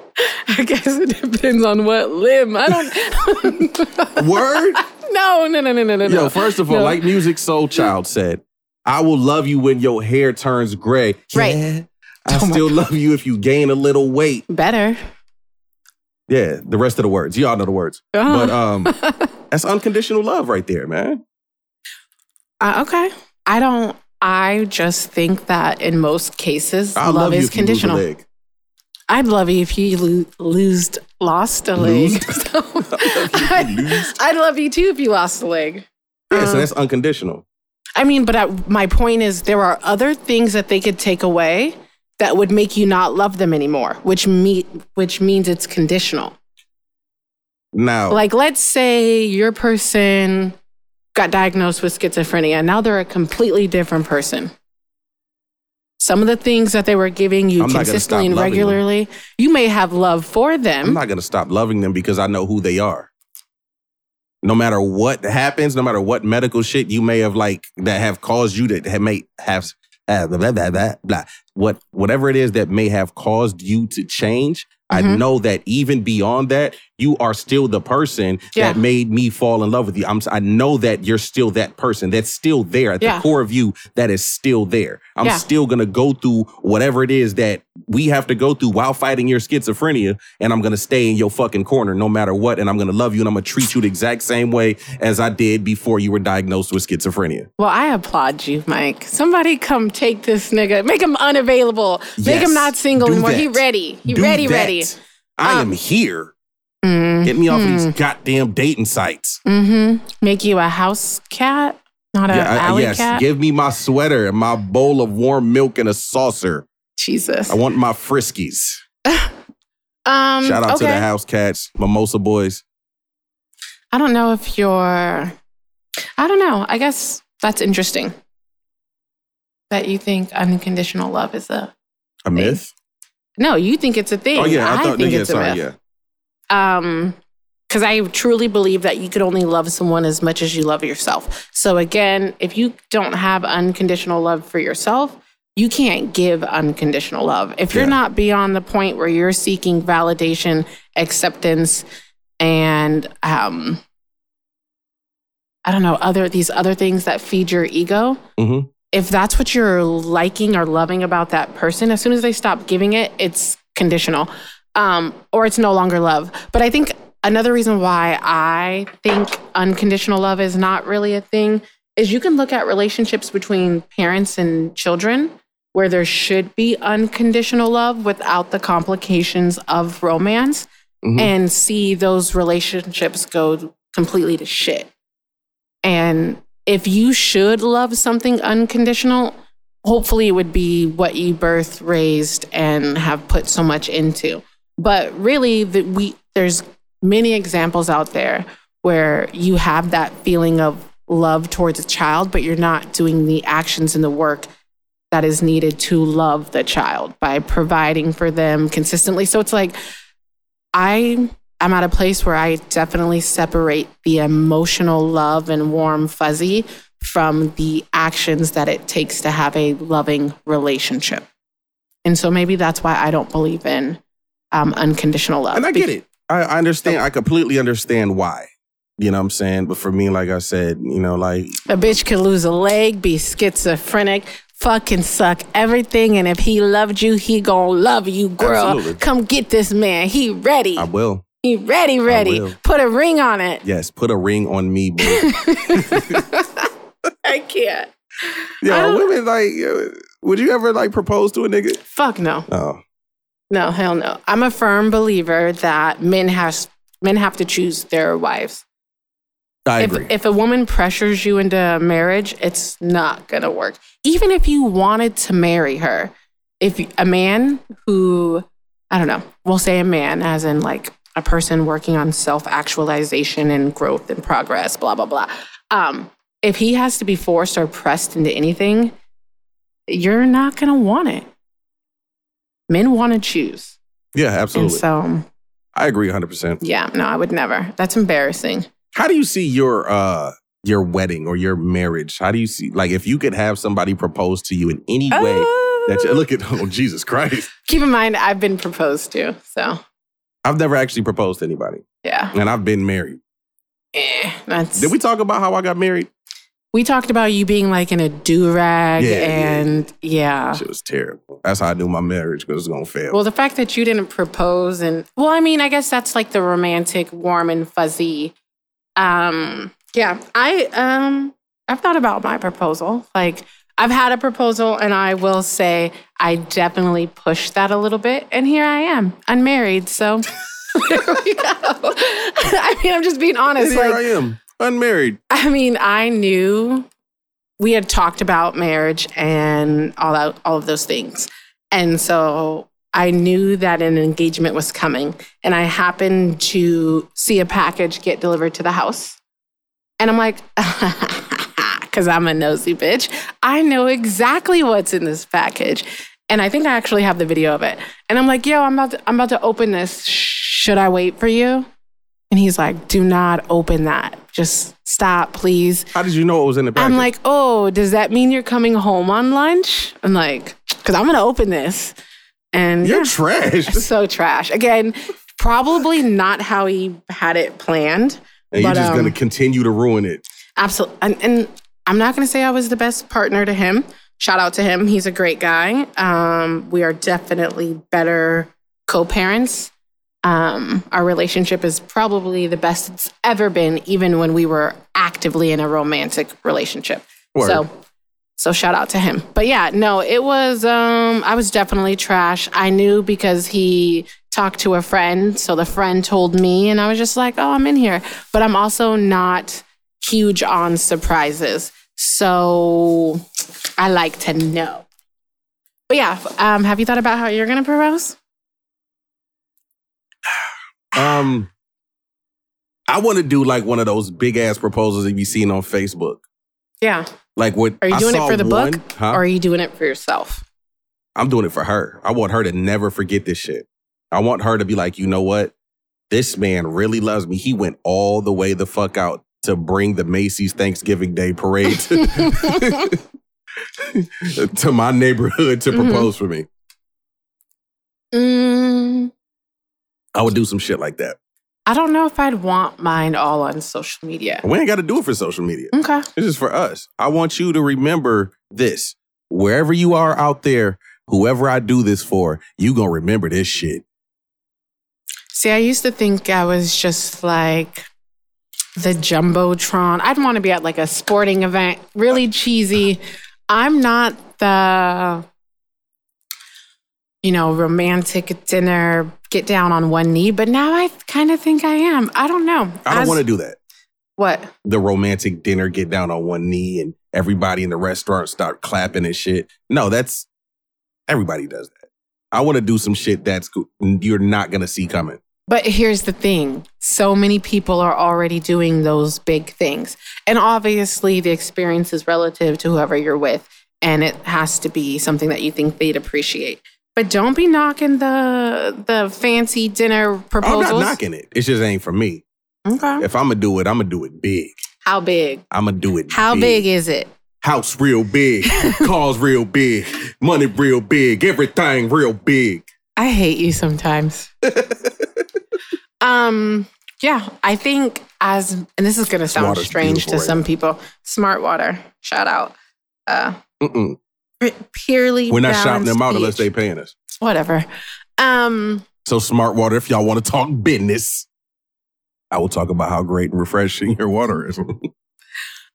S2: i guess it depends on what limb i don't (laughs)
S1: Word.
S2: no no no no no no
S1: Yo, first of all,
S2: No.
S1: like Music Soul Child said, I will love you when your hair turns gray.
S2: Right. (laughs) Oh
S1: Yeah, I still love you if you gain a little weight.
S2: better
S1: Yeah, the rest of the words. Y'all know the words.
S2: Uh-huh.
S1: But um
S2: (laughs)
S1: that's unconditional love right there, man.
S2: Uh, okay. I don't. I just think that in most cases,
S1: I
S2: love,
S1: love, you
S2: is
S1: if you lose a
S2: conditional.
S1: leg.
S2: I'd love you if you lo- losed, lost a leg. (laughs)
S1: (laughs) Loosed?
S2: So, I, would love you too if you lost a leg.
S1: Yeah, so
S2: Um,
S1: that's unconditional.
S2: I mean, but I, my point is, there are other things that they could take away that would make you not love them anymore, which me, which means it's conditional.
S1: Now,
S2: Like, let's say your person got diagnosed with schizophrenia. Now they're a completely different person. Some of the things that they were giving you
S1: I'm not gonna stop
S2: consistently and
S1: loving them.
S2: regularly, you may have love for
S1: I'm
S2: them.
S1: not gonna stop loving them because I know who they are. No matter what happens, no matter what medical shit you may have like that have caused you to have may have uh, blah, blah, blah, blah, blah. what whatever it is that may have caused you to change. I
S2: Mhm.
S1: know that even beyond that, you are still the person
S2: Yeah.
S1: that made me fall in love with you. I'm, s- I know that you're still that person that's still there at
S2: Yeah.
S1: the core of you that is still there. I'm
S2: Yeah.
S1: still gonna go through whatever it is that we have to go through while fighting your schizophrenia, and I'm gonna stay in your fucking corner no matter what, and I'm gonna love you and I'm gonna treat you the exact same way as I did before you were diagnosed with schizophrenia.
S2: well, I applaud you, Mike. Somebody come take this nigga, make him unavailable, make
S1: Yes,
S2: him not single
S1: do
S2: anymore. He
S1: that.
S2: ready. He
S1: Do
S2: ready,
S1: that.
S2: ready.
S1: I
S2: Um,
S1: am
S2: hmm.
S1: here.
S2: Mm, Mm-hmm.
S1: Get me off of these goddamn dating sites.
S2: hmm Make you a house cat. Not an
S1: Yeah, I-
S2: alley
S1: yes,
S2: cat.
S1: give me my sweater, my bowl of warm milk, and a saucer.
S2: Jesus.
S1: I want my friskies.
S2: Um,
S1: Shout out to the
S2: okay.
S1: house cats, mimosa boys.
S2: I don't know if you're. I don't know. I guess that's interesting. That you think unconditional love is a
S1: A myth?
S2: no. You think it's a thing.
S1: Oh yeah, I, thought.
S2: think
S1: yeah,
S2: it's
S1: sorry,
S2: a myth.
S1: yeah.
S2: Um, because I truly believe that you could only love someone as much as you love yourself. So again, if you don't have unconditional love for yourself, you can't give unconditional love. If you're
S1: Yeah.
S2: not beyond the point where you're seeking validation, acceptance, and um, I don't know other these other things that feed your ego.
S1: Mhm.
S2: If that's what you're liking or loving about that person, as soon as they stop giving it, it's conditional, um, or it's no longer love. But I think another reason why I think unconditional love is not really a thing is you can look at relationships between parents and children where there should be unconditional love without the complications of romance
S1: Mhm.
S2: and see those relationships go completely to shit. And if you should love something unconditional, hopefully it would be what you birth, raised, and have put so much into. But really, that we there's many examples out there where you have that feeling of love towards a child, but you're not doing the actions and the work that is needed to love the child by providing for them consistently. So it's like I am at a place where I definitely separate the emotional love and warm fuzzy from the actions that it takes to have a loving relationship. And so maybe that's why I don't believe in um, unconditional love.
S1: And I
S2: Be-
S1: get it. I, I
S2: Oh.
S1: understand. I completely understand why. You know what I'm saying? But for me, like I said, you know, like
S2: A bitch could lose a leg, be schizophrenic, fucking suck everything, and if he loved you, he gonna love you, girl.
S1: Absolutely.
S2: Come get this man. He ready.
S1: I will.
S2: he ready,
S1: will.
S2: ready. Put a ring on it.
S1: Yes, put a ring on
S2: (laughs)
S1: me, boo.
S2: I can't. I
S1: Yeah,
S2: don't-
S1: women like. uh, Would you ever like propose to a nigga?
S2: Fuck no.
S1: Oh,
S2: No, hell no. I'm a firm believer that men has men have to choose their wives.
S1: Oh, I
S2: if,
S1: agree.
S2: if a woman pressures you into marriage, it's not going to work. Even if you wanted to marry her, if you- a man who, I don't know, we'll say a man, as in like a person working on self actualization and growth and progress, blah, blah, blah. Um, if he has to be forced or pressed into anything, you're not going to want it. Men want to choose.
S1: yeah, absolutely.
S2: And so,
S1: I agree 100. percent
S2: yeah, no, I would never. That's embarrassing.
S1: How do you see your uh your wedding or your marriage? How do you see like if you could have somebody propose to you in any way that you look at? (laughs) Oh, Jesus Christ!
S2: Keep in mind, I've been proposed to, so
S1: I've never actually proposed to anybody,
S2: yeah.
S1: and I've been married.
S2: Eh, that's
S1: Did
S2: we-,
S1: we talk about how I got married?
S2: talked about you being like in a do rag
S1: Yeah, yeah.
S2: and yeah.
S1: Shit was terrible. That's how I knew my marriage was gonna fail.
S2: Well, the fact that you didn't propose and well, I mean, I guess that's like the romantic, warm and fuzzy. Um, yeah, I um, I've thought about my proposal. Like, I've had a proposal, and I will say I definitely pushed that a little bit, and here I am, unmarried. So. (laughs) There we go. (laughs) I mean, I'm just being
S1: And
S2: honest.
S1: here
S2: like,
S1: I am, unmarried.
S2: (laughs) I mean, I knew we had talked about marriage and all that, all of those things, and so I knew that an engagement was coming. And I happened to see a package get delivered to the house, and I'm like, (laughs) because I'm a nosy bitch, I know exactly what's in this package, and I think I actually have the video of it. And I'm like, yo, I'm about to, I'm about to open this. Should I wait for you? And he's like, do not open that. Just stop, please.
S1: How did you know it was in the package?
S2: I'm like, oh, does that mean you're coming home on lunch? I'm like, because I'm going to open this. And
S1: you're
S2: yeah, (laughs)
S1: trash.
S2: so trash. Again, probably not how he had it planned.
S1: And you're
S2: But,
S1: just gonna
S2: um,
S1: continue to ruin it.
S2: Absolutely. And, and I'm not going to say I was the best partner to him. Shout out to him. He's a great guy. Um, we are definitely better co parents. Um, our relationship is probably the best it's ever been, even when we were actively in a romantic relationship.
S1: Word.
S2: So, so shout out to him. But yeah, no, it was. Um, I was definitely trash. I knew because he talked to a friend, so the friend told me, and I was just like, "Oh, I'm in here." But I'm also not huge on surprises. So I like to know. But yeah, um, have you thought about how you're gonna propose?
S1: Um, I want to do like one of those big ass proposals that you seen on Facebook.
S2: Yeah.
S1: Like what?
S2: Are you
S1: I
S2: doing it
S1: saw
S2: for the
S1: one-
S2: book
S1: Huh?
S2: or are you doing it for yourself?
S1: I'm doing it for her. I want her to never forget this shit. I want her to be like, you know what? This man really loves me. He went all the way the fuck out to bring the Macy's Thanksgiving Day parade to, (laughs) to my neighborhood to
S2: Mhm.
S1: propose for me.
S2: Mm,
S1: I would do some shit like that.
S2: I don't know if I'd want mine all on social media.
S1: We ain't got to do it for social media.
S2: Okay.
S1: This is for us. I want you to remember this. Wherever you are out there, whoever I do this for, you gonna remember this shit.
S2: See, I used to think I was just like the jumbotron. I'd want to be at like a sporting event, really cheesy. I'm not the, you know, romantic dinner, get down on one knee. But now I kind of think I am. I don't know.
S1: I don't want to do that.
S2: What?
S1: the romantic dinner, get down on one knee, and everybody in the restaurant start clapping and shit. No, that's everybody does that. I want to do some shit that's go- you're not gonna see coming.
S2: But here's the thing so many people are already doing those big things. And obviously, the experience is relative to whoever you're with, and it has to be something that you think they'd appreciate. But don't be knocking the the fancy dinner proposals.
S1: I'm not knocking it. It just ain't for me.
S2: Okay.
S1: If I'm gonna do it, I'm gonna do it big.
S2: How big?
S1: I'm gonna do it.
S2: How big is it?
S1: House real
S2: (laughs)
S1: big. Cars real big. Money real big. Everything real big.
S2: I hate
S1: (laughs)
S2: you sometimes. um, yeah, I think as and this is gonna sound
S1: water's
S2: strange
S1: beautiful
S2: to
S1: right
S2: some
S1: now.
S2: people. Smart water, shout out. Uh,
S1: Mm-mm.
S2: purely
S1: We're not shouting
S2: balanced
S1: them out unless they
S2: speech.
S1: paying us.
S2: whatever. Um,
S1: So smart water, if y'all want to talk business, I will talk about how great and refreshing (laughs) your water is. Mm.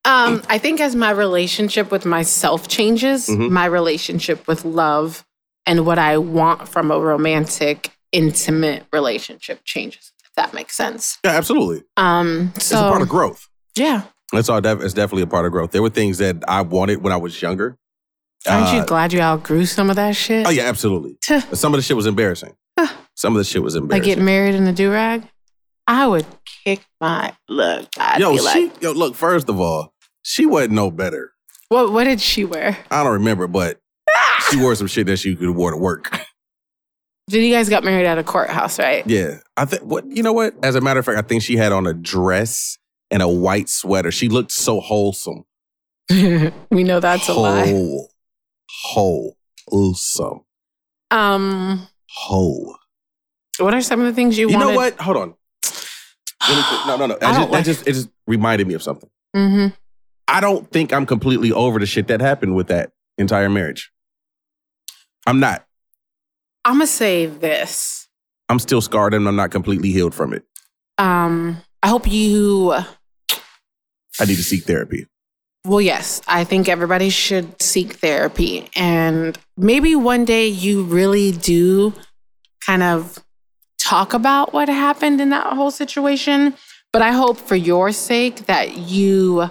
S2: um, I think as my relationship with myself changes,
S1: Mhm.
S2: my relationship with love and what I want from a romantic, intimate relationship changes. If that makes sense.
S1: Yeah, absolutely.
S2: Um,
S1: it's a part
S2: so
S1: of growth.
S2: yeah,
S1: That's all. Def- it's definitely a part of growth. There were things that I wanted when I was younger.
S2: aren't
S1: Uh,
S2: you glad you outgrew some of that shit?
S1: Oh yeah,
S2: (laughs)
S1: absolutely.
S2: Tuh.
S1: Some of the shit was embarrassing.
S2: Huh.
S1: Some of the shit was
S2: Like
S1: embarrassing.
S2: get married in a do rag. I would kick my look. I'd
S1: yo,
S2: be
S1: she,
S2: like,
S1: yo, look. First of all, she wasn't no better.
S2: what? What did she wear?
S1: I don't remember, but
S2: Ah!
S1: she wore some shit that she could wear to work. (laughs)
S2: Did you guys got married at a courthouse, right? (laughs)
S1: Yeah, I think. What you know? What as a matter of fact, I think she had on a dress and a white sweater. She looked so wholesome.
S2: we know that's a lie.
S1: Whole, whole, wholesome,
S2: Um,
S1: whole.
S2: What are some of the things you,
S1: You
S2: wanted?
S1: know what? Hold on. Really quick.
S2: (sighs)
S1: No, no, no. I
S2: I
S1: just,
S2: don't
S1: that
S2: like-
S1: just, it just reminded me of something.
S2: hmm
S1: I don't think I'm completely over the shit that happened with that entire marriage. I'm not.
S2: I'm gonna say this.
S1: I'm still scarred and I'm not completely healed from it.
S2: Um, I hope you.
S1: I need to seek therapy.
S2: Well, yes, I think everybody should seek therapy, and maybe one day you really do kind of talk about what happened in that whole situation. But I hope for your sake that you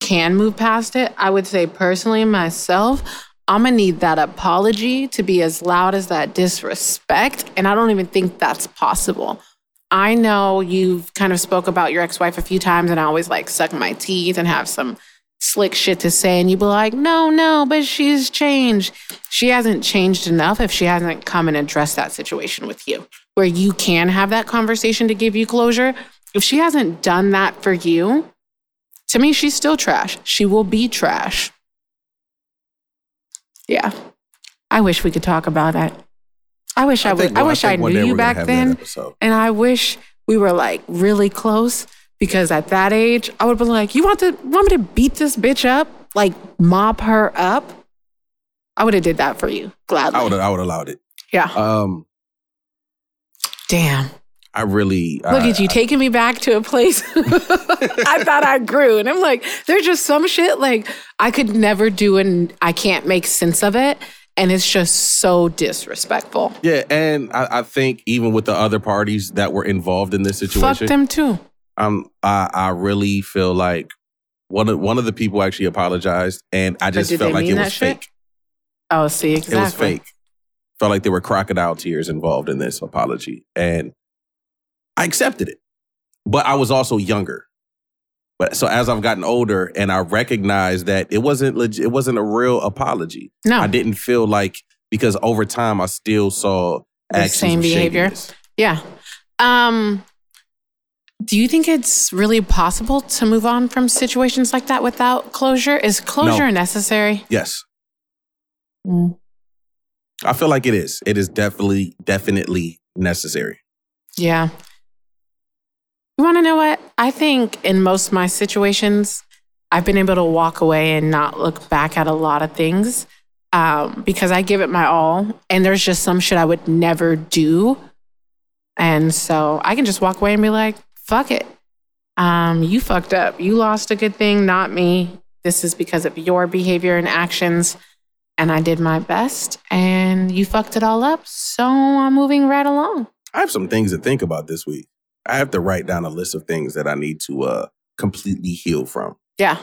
S2: can move past it. I would say personally myself, I'm gonna need that apology to be as loud as that disrespect. And I don't even think that's possible. I know you've kind of spoke about your ex-wife a few times, and I always like suck my teeth and have some slick shit to say, and you be like, no, no, but she's changed. She hasn't changed enough if she hasn't come and addressed that situation with you, where you can have that conversation to give you closure. If she hasn't done that for you, to me, she's still trash. She will be trash. Yeah. I wish we could talk about it. I wish I,
S1: think-
S2: would. I wish I,
S1: think one day
S2: knew you
S1: we're gonna
S2: back
S1: have that
S2: then.
S1: episode.
S2: And I wish we were like really close because at that age, I would be like, "You want to want me to beat this bitch up, like mop her up?" I would have did that for you gladly.
S1: I would, I would allowed it.
S2: yeah.
S1: Um,
S2: Damn.
S1: I really
S2: Look
S1: uh,
S2: at you taking me back to a place (laughs) I thought I grew. And I'm like, there's just some shit like I could never do and I can't make sense of it. And it's just so disrespectful.
S1: Yeah, and I, I think even with the other parties that were involved in this situation,
S2: Fuck them too.
S1: um, I, I really feel like One of one of the people actually apologized, and I just
S2: did
S1: felt
S2: they
S1: like it
S2: mean
S1: was
S2: that shit?
S1: fake.
S2: Oh, see, exactly.
S1: It was fake. Felt like there were crocodile tears involved in this apology, and I accepted it. But I was also younger. But so as I've gotten older, and I recognized that it wasn't legit, it wasn't a real apology.
S2: No,
S1: I didn't feel like because over time I still saw
S2: The
S1: actions
S2: same
S1: of
S2: behavior?
S1: shadiness.
S2: yeah. Um, do you think it's really possible to move on from situations like that without closure? Is closure necessary?
S1: Yes,
S2: Mm.
S1: I feel like it is. It is definitely definitely necessary.
S2: Yeah. You want to know what? I think in most of my situations, I've been able to walk away and not look back at a lot of things um, because I give it my all. And there's just some shit I would never do. And so I can just walk away and be like, fuck it. Um, you fucked up. You lost a good thing, not me. This is because of your behavior and actions. And I did my best and you fucked it all up. So I'm moving right along.
S1: I have some things to think about this week. I have to write down a list of things that I need to uh completely heal from.
S2: Yeah.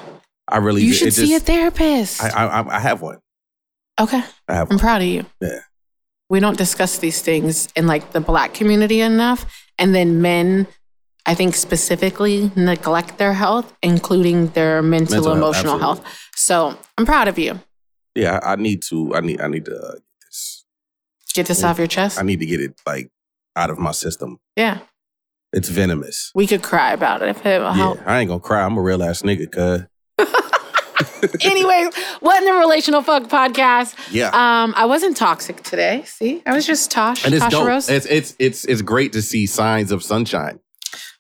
S1: I really
S2: You
S1: do.
S2: should
S1: It
S2: see a
S1: just-
S2: therapist.
S1: I, I I- I have one.
S2: okay.
S1: I have
S2: I'm
S1: one.
S2: proud of you.
S1: Yeah.
S2: We don't discuss these things in like the black community enough. And then men, I think specifically neglect their health, including their mental,
S1: Mental health,
S2: emotional health.
S1: absolutely.
S2: So I'm proud of you.
S1: Yeah, I I need to. I need. I need to. Uh, get this.
S2: Get this
S1: Yeah.
S2: off your chest.
S1: I need to get it like out of my system.
S2: yeah.
S1: It's venomous.
S2: We could cry about it if it will help.
S1: (laughs) Yeah, I ain't gonna cry. I'm a real ass nigga. Cause
S2: Anyways, what in the relational fuck podcast?
S1: yeah,
S2: Um, I wasn't toxic today. See, I was just Tosh.
S1: and it's
S2: Tosh
S1: dope.
S2: Rose.
S1: It's it's it's it's great to see signs of sunshine,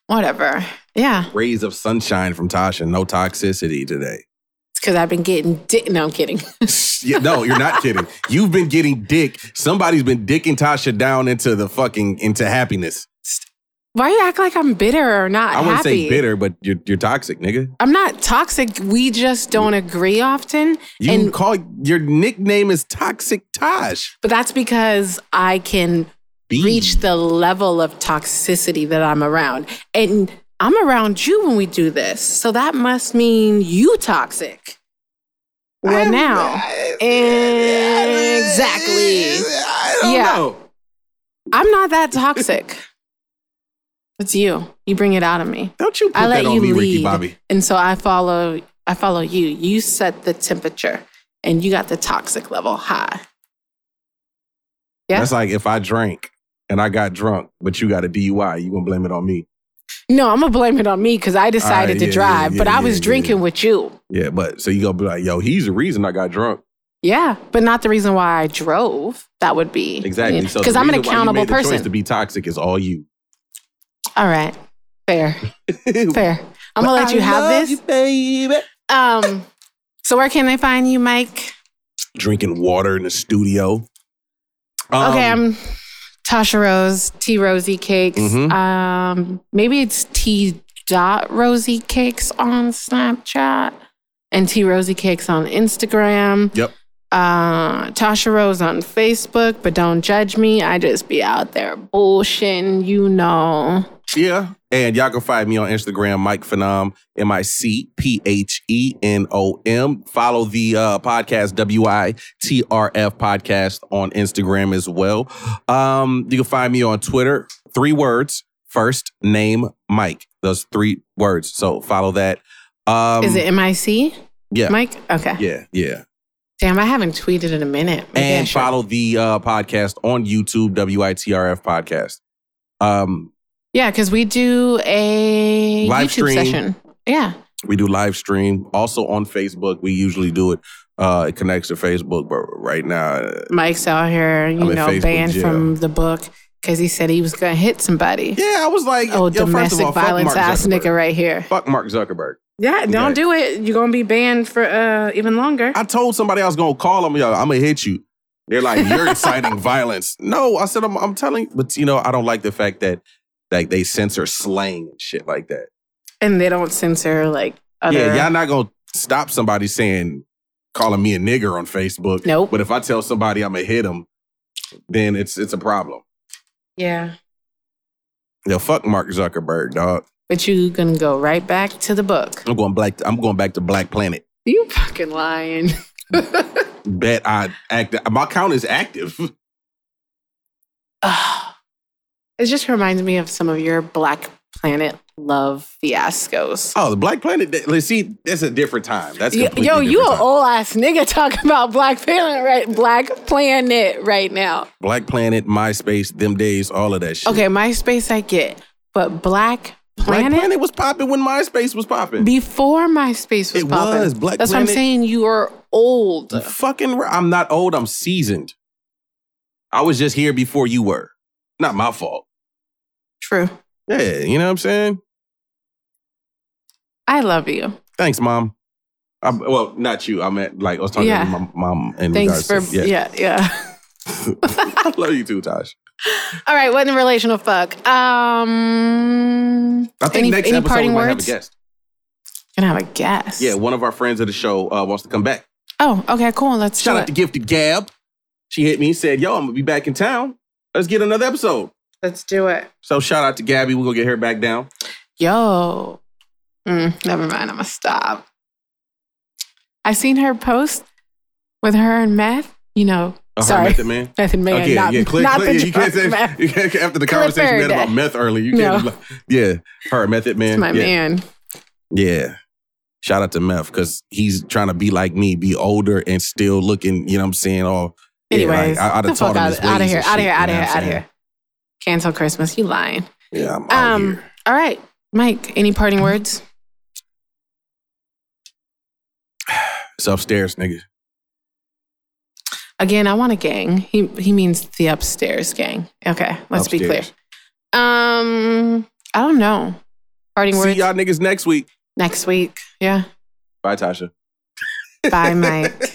S2: Whatever. Yeah.
S1: rays of sunshine from Tasha. No toxicity today.
S2: It's because I've been getting dick. No, I'm kidding. (laughs)
S1: Yeah, no, you're not kidding. You've been getting dick. Somebody's been dicking Tasha down into the fucking into happiness.
S2: Why you act like I'm bitter or not
S1: I
S2: happy?
S1: wouldn't say bitter, but you're you're toxic, nigga.
S2: I'm not toxic. We just don't agree often.
S1: You
S2: and
S1: call your nickname is Toxic Taj.
S2: but that's because I can
S1: B.
S2: reach the level of toxicity that I'm around. And I'm around you when we do this. So that must mean you toxic. Well
S1: I'm-
S2: now. exactly.
S1: I don't
S2: Yeah.
S1: know.
S2: I'm not that toxic. (laughs) it's you. You bring it out of me.
S1: Don't you put
S2: I let
S1: that on
S2: you
S1: me,
S2: lead,
S1: Ricky Bobby.
S2: and so I follow. I follow you. You set the temperature, and you got the toxic level high. Yeah.
S1: That's like if I drank and I got drunk, but you got a DUI, you gonna blame it on me.
S2: No, I'm gonna blame it on me because I decided
S1: Alright,
S2: to
S1: Ah, yeah,
S2: drive,
S1: yeah,
S2: but
S1: yeah,
S2: I was
S1: yeah,
S2: drinking
S1: yeah.
S2: with you.
S1: Yeah, but so you gonna be like, yo, he's the reason I got drunk.
S2: Yeah, but not the reason why I drove. That would be
S1: Exactly. So the
S2: because I'm an
S1: reason why you
S2: accountable
S1: made the choice
S2: person.
S1: to be toxic is all you. (laughs)
S2: All right, fair, fair. I'm gonna let you have this. Um, so where can they find you, Mike?
S1: Drinking water in the studio. Um,
S2: Okay, I'm Tasha Rose, T Rosie Cakes.
S1: Mhm.
S2: Um, maybe it's T dot Rosie Cakes on Snapchat and T Rosie Cakes on Instagram.
S1: Yep.
S2: Uh, Tasha Rose on Facebook, but don't judge me. I just be out there bullshitting, you know.
S1: Yeah. And y'all can find me on Instagram, Mike Phenom, M I C P H E N O M. Follow the uh, podcast, W I T R F podcast on Instagram as well. Um, you can find me on Twitter, three words, first name Mike. Those three words. So follow that. Um,
S2: Is it M I C?
S1: yeah.
S2: Mike? Okay.
S1: Yeah, yeah.
S2: Damn, I haven't tweeted in a minute. Maybe I
S1: and
S2: should.
S1: follow the uh, podcast on YouTube, W I T R F podcast. Um,
S2: Yeah, because we do a
S1: Live
S2: YouTube
S1: stream.
S2: session. Yeah.
S1: We do live stream also on Facebook. We usually do it. Uh, it connects to Facebook, but right now, uh,
S2: Mike's out here, you
S1: I'm in
S2: know,
S1: Facebook
S2: banned
S1: jail.
S2: from the book because he said he was gonna hit somebody.
S1: yeah, I was like,
S2: oh,
S1: yo, first of
S2: domestic
S1: all, fuck
S2: violence
S1: Mark
S2: ass
S1: Zuckerberg.
S2: nigga right here.
S1: Fuck Mark Zuckerberg.
S2: Yeah,
S1: don't
S2: don't
S1: Yeah.
S2: do it. You're gonna be banned for uh even longer.
S1: I told somebody I was gonna call him. Yo, I'm gonna hit you. They're like,
S2: (laughs)
S1: you're inciting violence. No, I said, I'm, I'm telling. But you know, I don't like the fact that like they censor slang and shit like that.
S2: and they don't censor like other.
S1: Yeah, y'all not gonna stop somebody saying calling me a nigger on Facebook.
S2: Nope.
S1: But if I tell somebody I'm gonna hit him, then it's it's a problem.
S2: Yeah.
S1: Yo, fuck Mark Zuckerberg, dog.
S2: But you can go right back to the book.
S1: I'm going black. I'm going back to Black Planet.
S2: You fucking lying. (laughs)
S1: Bet I act. My count is active. (laughs)
S2: Ugh. it just reminds me of some of your Black Planet love fiascos.
S1: Oh, the Black Planet. th- Let's see. That's a different time. That's
S2: Y-
S1: completely
S2: Yo, you
S1: different
S2: an
S1: time.
S2: old ass nigga talking about Black Planet right Black Planet right now.
S1: Black Planet, MySpace, them days, all of that shit.
S2: Okay, MySpace I get, but Black
S1: Black
S2: Planet,
S1: Planet, was popping when MySpace was popping.
S2: before MySpace was
S1: It
S2: popping.
S1: was. Black
S2: That's what
S1: Planet-
S2: I'm saying. You are old.
S1: Fucking, ri- I'm not old. I'm seasoned. I was just here before you were. Not my fault.
S2: True.
S1: Yeah, you know what I'm saying.
S2: I love you.
S1: Thanks, mom. I'm, well, not you. I meant like I was talking
S2: Yeah.
S1: to my mom. In
S2: Thanks for
S1: regards to- yeah.
S2: yeah yeah.
S1: (laughs)
S2: (laughs)
S1: I love you too, Tosh.
S2: All right, what in relational fuck? Um,
S1: I think
S2: any,
S1: next
S2: any
S1: episode we
S2: parting
S1: might have a
S2: words?
S1: guest.
S2: Gonna have a guest.
S1: Yeah, one of our friends of the show uh, wants to come back.
S2: Oh, okay, cool. Let's
S1: Shout
S2: do
S1: out
S2: it.
S1: to Gifted Gab. She hit me and said, "Yo, I'm gonna be back in town. Let's get another episode."
S2: Let's do it.
S1: So shout out to Gabby. We're gonna get her back down.
S2: Yo, Mm, never mind. I'm gonna stop. I seen her post with her and Meth. You know,
S1: Uh, her
S2: sorry,
S1: Method man.
S2: Meth and Man,
S1: Okay,
S2: not,
S1: yeah, clear,
S2: not
S1: clear,
S2: the
S1: you can't say
S2: Meth.
S1: (laughs) you can't, after the conversation we had
S2: Clifford.
S1: about meth earlier. You can't.
S2: No.
S1: Yeah, her method man.
S2: It's my
S1: yeah.
S2: man.
S1: Yeah. Shout out to Meth because he's trying to be like me, be older and still looking, you know what I'm saying? All yeah, like,
S2: Anyways,
S1: I, I'd
S2: the
S1: have taught
S2: fuck
S1: him
S2: out,
S1: his
S2: out of
S1: ways
S2: here,
S1: and
S2: out of
S1: shit,
S2: here, out of
S1: you know what
S2: here, out
S1: I'm
S2: of here. Cancel Christmas. You lying?
S1: saying? Yeah, I'm out
S2: Um,
S1: here.
S2: All right, Mike. Any parting words?
S1: It's upstairs, nigga.
S2: Again, I want a gang. He he means the upstairs gang. Okay, let's be clear.
S1: Upstairs.
S2: Um, I don't know. Parting
S1: See
S2: words
S1: y'all niggas next week. (laughs)
S2: next week. Yeah.
S1: Bye, Tasha.
S2: Bye, Mike.